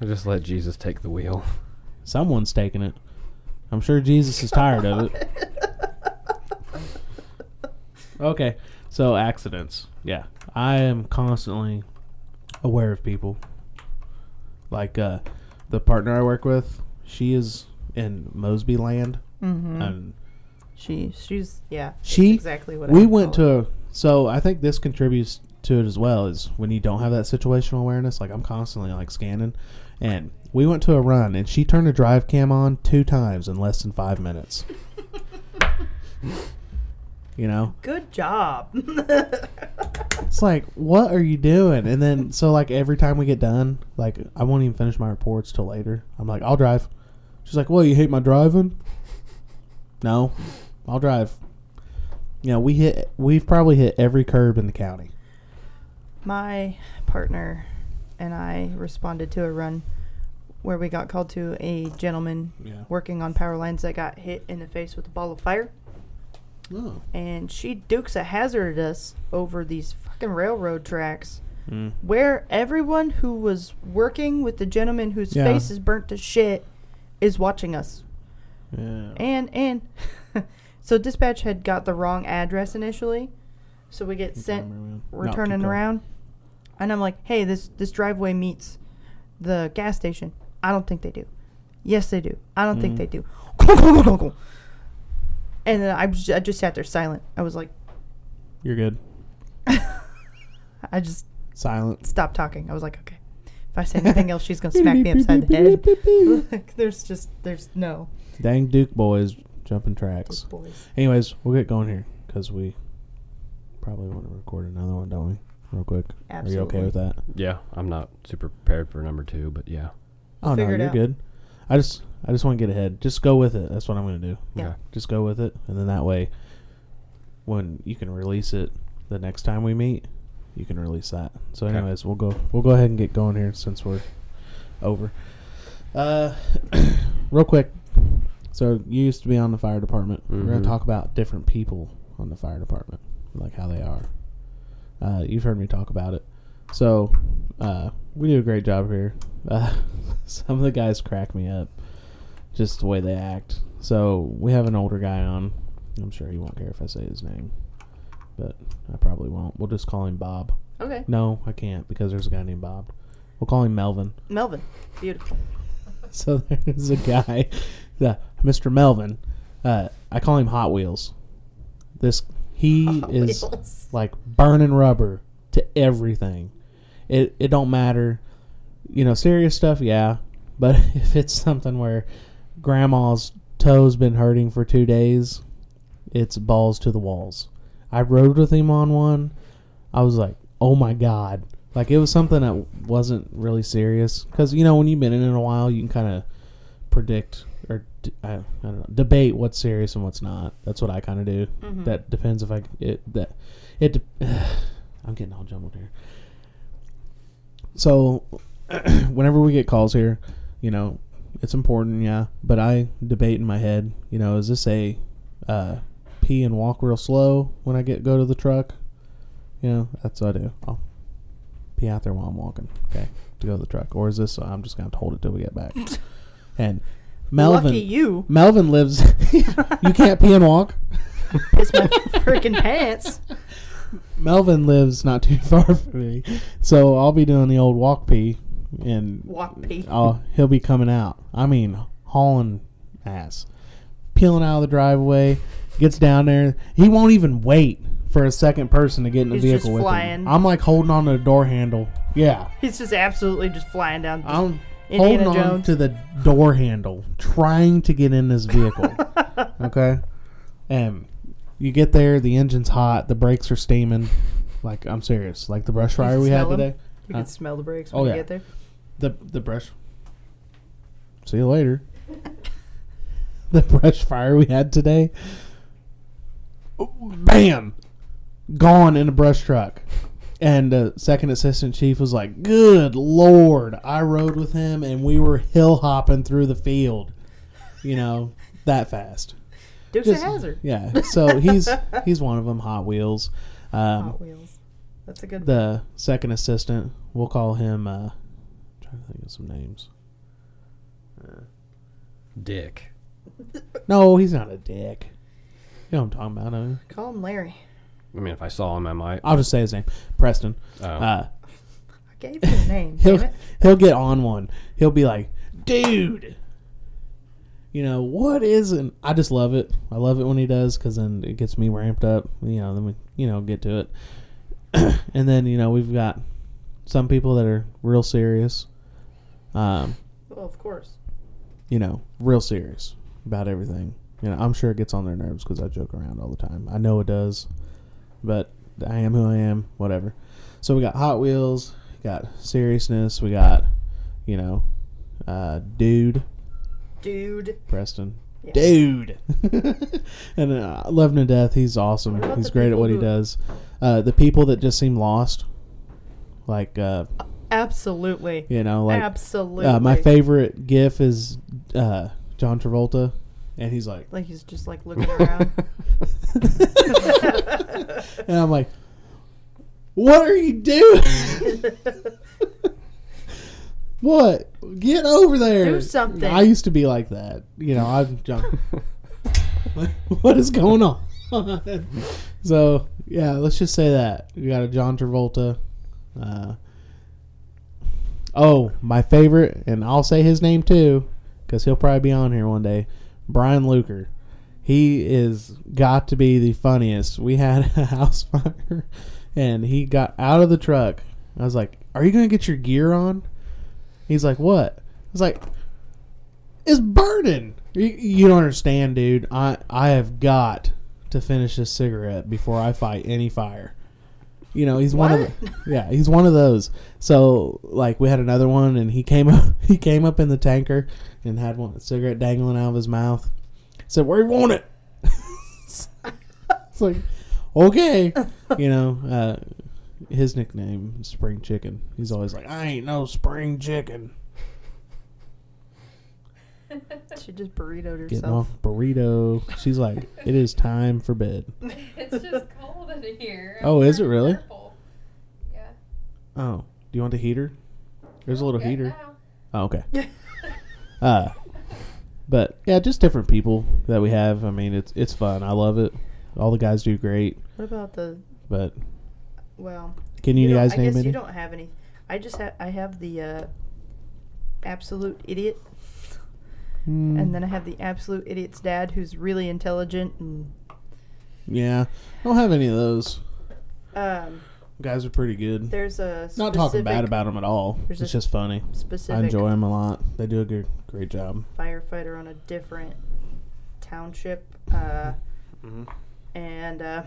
S2: I just let Jesus take the wheel.
S1: Someone's taking it. I'm sure Jesus is tired of it. Okay, so accidents. Yeah, I am constantly aware of people. Like uh, the partner I work with, she is in Mosby Land,
S3: Mm-hmm.
S1: and
S3: she she's yeah. that's
S1: Um, She-
S3: exactly what I
S1: we
S3: would
S1: went
S3: call it.
S1: to. A, so I think this contributes to it as well. Is when you don't have that situational awareness. Like I'm constantly like scanning, and we went to a run, and she turned the drive cam on two times in less than five minutes. You know,
S5: Good job.
S1: it's like, what are you doing? And then, so like every time we get done, like I won't even finish my reports till later. I'm like, I'll drive. She's like, well, you hate my driving? No, I'll drive. You know, we hit, we've probably hit every curb in the county.
S3: My partner and I responded to a run where we got called to a gentleman
S1: Yeah.
S3: working on power lines that got hit in the face with a ball of fire.
S1: Oh.
S3: And she dukes a hazard at us over these fucking railroad tracks
S1: Mm.
S3: where everyone who was working with the gentleman whose
S1: Yeah.
S3: face is burnt to shit is watching us.
S1: Yeah.
S3: And and so dispatch had got the wrong address initially. So we get sent we're turning around and i'm like hey this this driveway meets the gas station i don't think they do yes they do i don't think
S1: Mhm.
S3: they do and then I just, I just sat there silent i was like
S1: You're good.
S3: i just
S1: Silence.
S3: stopped talking i was like okay if i say anything else she's gonna smack me upside the head like there's just there's no
S1: Dang Duke boys jumping tracks.
S3: boys
S1: Anyways, we'll get going here because we probably want to record another one, don't we? Real quick. Are you
S3: Absolutely.
S1: okay with that?
S2: Yeah, I'm not super prepared for number two, but yeah.
S1: Oh no,
S3: figure it
S1: you're
S3: out.
S1: good. I just I just want to get ahead. Just go with it. That's what I'm gonna do.
S3: Yeah.
S2: Okay.
S1: Just go with it, and then that way, when you can release it the next time we meet, you can release that. So,
S2: Okay.
S1: anyways, we'll go we'll go ahead and get going here since we're over. Uh, real quick. So you used to be on the fire department. We're gonna
S2: Mhm.
S1: talk about different people on the fire department, like how they are. Uh, you've heard me talk about it. So uh, we do a great job here. Uh, some of the guys crack me up, just the way they act. So we have an older guy on. I'm sure he won't care if I say his name, but I probably won't. We'll just call him Bob.
S3: okay
S1: No, I can't because there's a guy named Bob. We'll call him Melvin.
S3: melvin beautiful
S1: So there's a guy, the Mr. Melvin. Uh, I call him Hot Wheels. This he
S3: Hot
S1: is
S3: Wheels.
S1: like burning rubber to everything. It it don't matter, you know, serious stuff, yeah. But if it's something where grandma's toe's been hurting for two days, it's balls to the walls. I rode with him on one. I was like, oh my god. Like it was something that wasn't really serious because you know when you've been in it a while, you can kind of predict or d- I, I don't know debate what's serious and what's not. That's what I kind of do.
S3: Mm-hmm.
S1: That depends if I it that it. de- I'm getting all jumbled here. So, whenever we get calls here, you know, it's important, yeah. But I debate in my head, you know, is this a uh, pee and walk real slow when I get go to the truck? You know, that's what I do. I'll pee out there while I'm walking, okay, to go to the truck. Or is this I'm just gonna have to hold it till we get back? And Melvin,
S3: lucky you
S1: Melvin lives. you can't pee and walk.
S3: it's my freaking pants
S1: Melvin lives not too far from me, so I'll be doing the old walk pee, and
S3: walk pee
S1: I'll, he'll be coming out. I mean, hauling ass, peeling out of the driveway, gets down there. He won't even wait for a second person to get in the
S3: He's just
S1: vehicle with
S3: flying.
S1: him. I'm like holding on to the door handle. Yeah,
S3: he's just absolutely just flying down just
S1: I'm
S3: Indiana
S1: holding on
S3: Jones.
S1: to the door handle, trying to get in this vehicle. okay, and you get there, the engine's hot, the brakes are steaming. Like I'm serious. Like the brush fryer we had
S3: smell 'em?
S1: today.
S3: You
S1: Huh?
S3: can smell the brakes
S1: Oh,
S3: when
S1: yeah.
S3: you get there.
S1: The the brush. See you later. the brush fire we had today. Bam, gone in a brush truck. And uh, second assistant chief was like, "Good lord!" I rode with him, and we were hill hopping through the field. You know that fast.
S3: Duke's
S1: Just-
S3: a hazard.
S1: Yeah. So he's he's one of them. Hot Wheels. Um,
S3: Hot Wheels. That's a good.
S1: the second assistant. We'll call him. Uh, trying to think of some names.
S2: Dick.
S1: No, he's not a dick. You know what I'm talking about. uh,
S3: Call him Larry.
S2: I mean, if I saw him, I might.
S1: I'll just say his name, Preston.
S2: Oh.
S1: Uh,
S3: I gave him a name. damn
S1: he'll
S3: it.
S1: he'll get on one. He'll be like, dude. You know what isn't? I just love it. I love it when he does because then it gets me ramped up. You know, then we you know get to it, and then you know we've got some people that are real serious. Um,
S3: Well, of course.
S1: you know, real serious about everything. You know, I'm sure it gets on their nerves because I joke around all the time. I know it does, but I am who I am. Whatever. So we got Hot Wheels, we got seriousness, we got you know, uh, dude,
S3: Dude.
S1: Preston,
S3: Yeah.
S1: dude, and uh, I love him to death. He's awesome.
S3: What about
S1: He's
S3: the
S1: great at what he
S3: people who-
S1: does. Uh, the people that just seem lost, like uh,
S3: Absolutely.
S1: you know, like
S3: Absolutely.
S1: uh, my favorite GIF is uh, John Travolta, and he's like,
S3: Like he's just like looking around.
S1: and I'm like, what are you doing? what? Get over there.
S3: Do something.
S1: I used to be like that. You know, I'm John. what is going on? so yeah, let's just say that we got a John Travolta. Uh, oh, my favorite, and I'll say his name too, because he'll probably be on here one day. Brian Luker. He is got to be the funniest. We had a house fire, and he got out of the truck. I was like, "Are you gonna get your gear on?" He's like, "What?" I was like, it's burning. You, you don't understand, dude. I I have got to finish this cigarette before I fight any fire. You know, he's one of
S3: What?
S1: yeah, he's one of those. So like we had another one, and he came up he came up in the tanker and had one cigarette dangling out of his mouth. Said, "Where you want it?" it's like, okay, you know. Uh, his nickname is Spring Chicken. He's always like, "I ain't no spring chicken."
S3: she just burritoed
S1: Getting
S3: herself.
S1: off burrito. She's like, it is time for bed.
S4: It's just cold in here.
S1: Oh, is it
S4: turning
S1: really?
S4: purple. Yeah.
S1: Oh, do you want the heater? There's a little
S4: Good
S1: heater.
S4: now.
S1: Oh, okay. Uh, but yeah, just different people that we have. I mean, it's it's fun. I love it. All the guys do great.
S3: What about the
S1: But
S3: well?
S1: can you,
S3: don't-
S1: guys
S3: I
S1: name
S3: guess
S1: any?
S3: you don't have any. I just have I have the uh, absolute idiot,
S1: Hmm,
S3: and then I have the absolute idiot's dad, who's really intelligent and
S1: yeah, I don't have any of those.
S3: um.
S1: Guys are pretty good.
S3: There's a specific,
S1: Not talking bad about them at all.
S3: There's
S1: It's
S3: a
S1: just funny. I
S3: specific
S1: enjoy them a lot. They do a good, great job.
S3: firefighter on a different township, uh, and uh,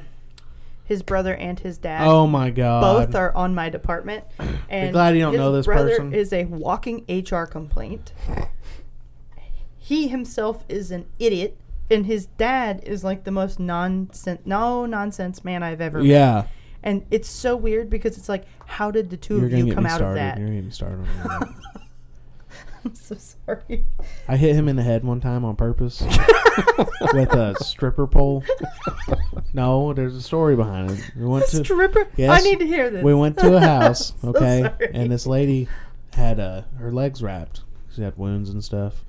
S3: his brother and his dad.
S1: Oh my god!
S3: both are on my department. And
S1: glad you don't
S3: his
S1: know this
S3: brother
S1: person.
S3: is a walking HR complaint. He himself is an idiot, and his dad is like the most nonsense, no nonsense man I've ever met.
S1: yeah.
S3: And it's so weird because it's like, how did the 2
S1: You're
S3: of
S1: gonna
S3: you
S1: get
S3: come
S1: me
S3: out
S1: started.
S3: of that?
S1: You're gonna get me started. On that.
S3: I'm so sorry.
S1: I hit him in the head one time on purpose with a stripper pole. No, there's a story behind it. We went to
S3: Stripper,
S1: Yes,
S3: I need to hear this.
S1: we went to a house,
S3: I'm so
S1: okay,
S3: sorry.
S1: and this lady had uh, her legs wrapped. She had wounds and stuff.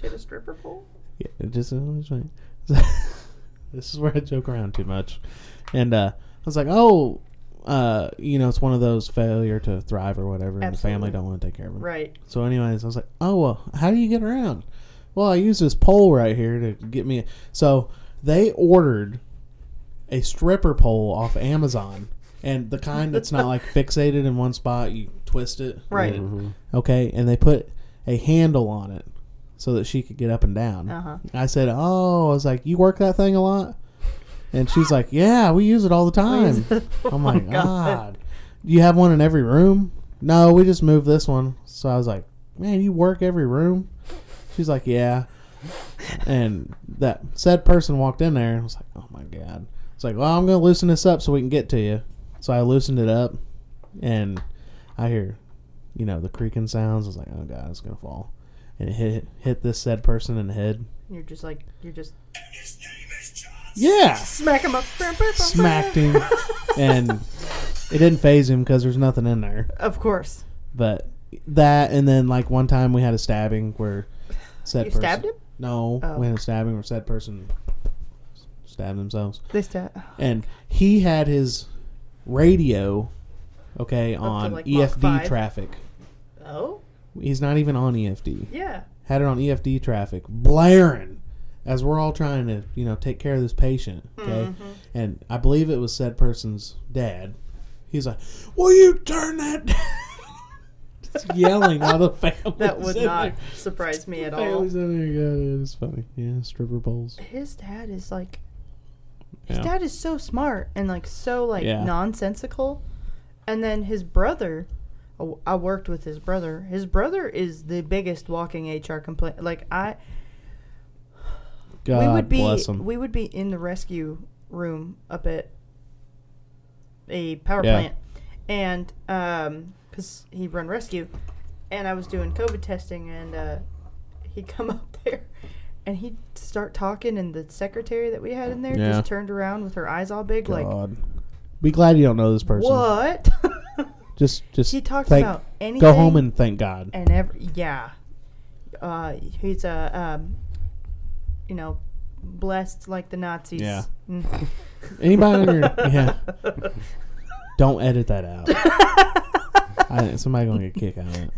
S3: She had a stripper pole.
S1: Yeah, it just, it was like- this is where I joke around too much, and uh, I was like, oh, uh, you know, it's one of those failure to thrive or whatever, and the family
S3: Absolutely.
S1: don't want to take care of them.
S3: Right.
S1: So, anyways, I was like, oh, well, how do you get around? Well, I use this pole right here to get me. So, they ordered a stripper pole off Amazon and the kind that's not like fixated in one spot, you twist it.
S3: Right.
S2: Mhm.
S1: Okay. And they put a handle on it so that she could get up and down.
S3: Uh huh.
S1: I said, oh, I was like, you work that thing a lot? And she's like, yeah, we use it all the time. Oh my god. Do you have one in every room? No, we just moved this one. So I was like, Man, you work every room? She's like, Yeah. And that said person walked in there and was like, Oh my god. It's like, Well, I'm gonna loosen this up so we can get to you. So I loosened it up and I hear, you know, the creaking sounds. I was like, Oh god, it's gonna fall. And it hit hit this said person in the head.
S3: You're just like you're just
S1: Yeah.
S3: smack him up.
S1: Smacked him. and it didn't phase him because there's nothing in there.
S3: Of course.
S1: But that and then like one time we had a stabbing where said
S3: You
S1: person
S3: stabbed him?
S1: No,
S3: Oh.
S1: we had a stabbing where said person stabbed themselves,
S3: They stabbed.
S1: and he had his radio okay on
S3: like, Mach
S1: EFD
S3: 5.
S1: traffic.
S3: Oh
S1: He's not even on E EFD.
S3: yeah.
S1: Had it on EFD traffic, blaring as we're all trying to you know take care of this patient. Okay,
S3: Mm-hmm.
S1: and I believe it was said person's dad. He's like, "Will you turn that?" down?" Just yelling while the family.
S3: That would not surprise me at all.
S1: Family's in there. Yeah, it's funny. Yeah, stripper poles.
S3: His dad is like his
S1: Yeah.
S3: dad is so smart and like so like
S1: Yeah.
S3: nonsensical. And then his brother oh, I worked with his brother. His brother is the biggest walking HR complaint. Like I
S1: God
S3: we would be
S1: bless him.
S3: we would be in the rescue room up at a power
S1: Yeah.
S3: plant, and um, because he run rescue, and I was doing COVID testing, and uh, he come up there, and he'd start talking, and the secretary that we had in there
S1: Yeah.
S3: just turned around with her eyes all big, like
S1: God. Be glad you don't know this person.
S3: what?
S1: Just, just.
S3: he talks
S1: thank-
S3: about anything.
S1: Go home and thank God.
S3: and every yeah, uh, he's a um, you know, blessed like the Nazis.
S1: Yeah.
S3: Mm.
S1: Anybody in here? Yeah. Don't edit that out. I, somebody gonna get a kick out of it.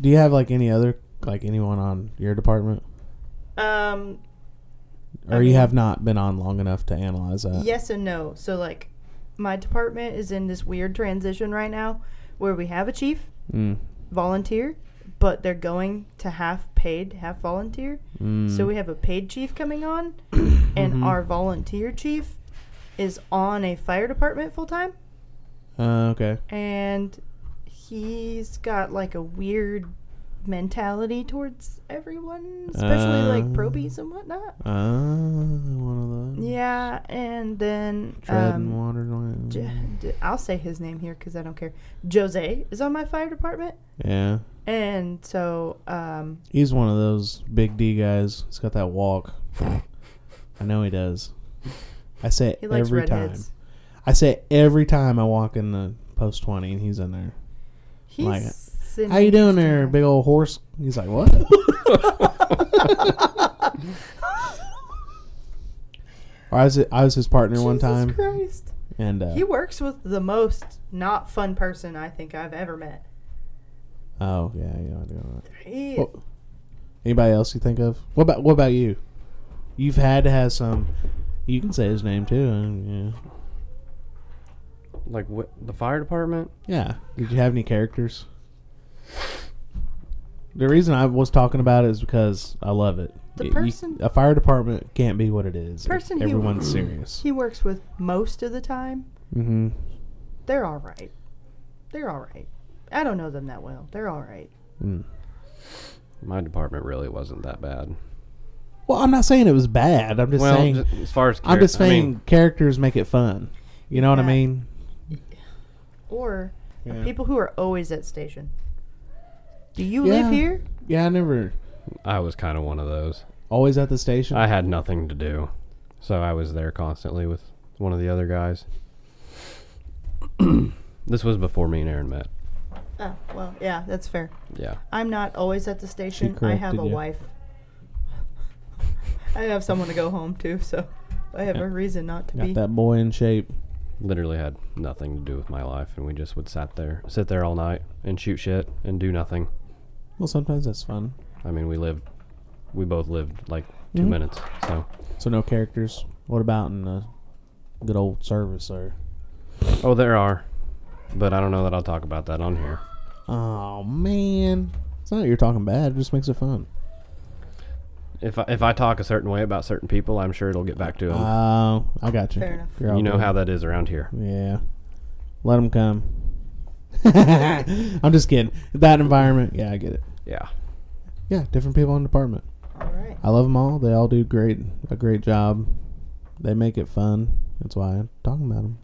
S1: Do you have like any other like anyone on your department,
S3: Um.
S1: or
S3: I
S1: you
S3: mean-
S1: have not been on long enough to analyze that?
S3: yes and no. So like, my department is in this weird transition right now, where we have a chief
S1: Mm.
S3: volunteer, but they're going to half paid, half volunteer.
S1: Mm. Mm-hmm.
S3: So we have a paid chief coming on, and our volunteer chief is on a fire department full time,
S1: Uh, okay.
S3: and he's got like a weird mentality towards everyone, especially like
S1: Uh.
S3: probies and whatnot.
S1: Uh, one of those.
S3: Yeah, and then
S1: Treading
S3: um,
S1: water. Line.
S3: J- d- I'll say his name here because I don't care. Jose is on my fire department,
S1: yeah.
S3: and so um,
S1: He's one of those big D guys. He's got that walk. I know he does. I say it
S3: he likes
S1: every time.
S3: redheads.
S1: I say it every time I walk in the post twenty, and he's in there.
S3: He's
S1: Like it.
S3: sitting
S1: How you doing
S3: next to
S1: there,
S3: me.
S1: big old horse? He's like, what? I was I was his partner one
S3: Jesus
S1: time,
S3: Christ.
S1: and uh,
S3: He works with the most not fun person I think I've ever met.
S1: oh yeah, yeah, I do know that.
S3: He,
S1: Well, Anybody else you think of? What about what about you? You've had to have some. You can say his name too. um, And,
S2: Like what? The fire department?
S1: yeah. yeah. Did you have any characters? The reason I was talking about it is because I love it.
S3: The
S1: You- you-
S3: person-
S1: a fire department can't be what it is. if
S3: Person he-
S1: everyone's serious.
S3: he works with most of the time.
S1: mm-hmm.
S3: They're all right. They're all right. I don't know them that well. They're all right.
S1: Mm.
S2: My department really wasn't that bad.
S1: Well, I'm not saying it was bad. I'm just
S2: well,
S1: saying.
S2: ju- as far as
S1: I'm just
S2: charac- I
S1: saying
S2: mean,
S1: characters make it fun. You know what I
S3: Yeah.
S1: mean?
S3: Or
S1: Yeah.
S3: people who are always at station. Do you
S1: Yeah.
S3: live here?
S1: Yeah, I never
S2: I was kind of one of those.
S1: always at the station.
S2: I had nothing to do, so I was there constantly with one of the other guys. this was before me and Aaron met.
S3: Oh, well, yeah, that's fair.
S2: Yeah.
S3: I'm not always at the station. I have
S1: corrected
S3: a
S1: you.
S3: wife. I have someone to go home to, so I have a reason not to be.
S1: Got that boy in shape.
S2: literally had nothing to do with my life and we just would sat there sit there all night and shoot shit and do nothing
S1: Well, sometimes that's fun.
S2: i mean we lived we both lived like 2
S1: Mhm.
S2: minutes so
S1: So no characters. What about in the good old service or?
S2: oh there are but i don't know that i'll talk about that on here
S1: Oh man, it's not that you're talking bad. It just makes it fun.
S2: if I, if I talk a certain way about certain people i'm sure it'll get back to them
S1: Oh, I got you.
S3: Fair enough.
S1: You're all
S2: you know
S1: good.
S2: how that is around here
S1: Yeah, let them come. I'm just kidding. That environment. Yeah, I get it.
S2: yeah
S1: Yeah, different people in the department.
S3: All right.
S1: I love them all. They all do great a great job. They make it fun. That's why I'm talking about them.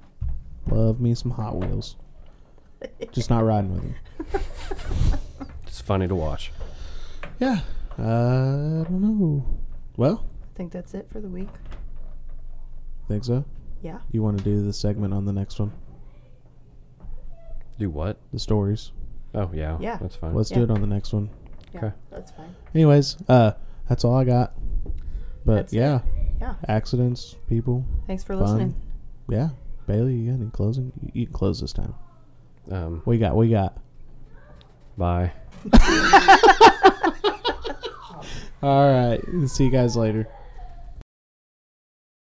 S1: Love me some Hot Wheels. Just not riding with them.
S2: it's funny to watch
S1: Yeah. I don't know. Well,
S3: I think that's it for the week.
S1: think so.
S3: Yeah.
S1: You want to do the segment on the next one?
S2: do what
S1: The stories.
S2: oh yeah
S3: Yeah.
S2: that's fine
S1: Let's do
S3: Yeah.
S1: it on the next one.
S3: Yeah,
S2: Okay.
S3: that's fine.
S1: Anyways, uh, that's all I got. But
S3: That's it.
S1: yeah,
S3: Yeah.
S1: accidents, people.
S3: Thanks for
S1: Fun.
S3: listening.
S1: Yeah. Bailey, you got any closing? You- You can close this time.
S2: um
S1: We got, we got.
S2: bye
S1: All right. See you guys later.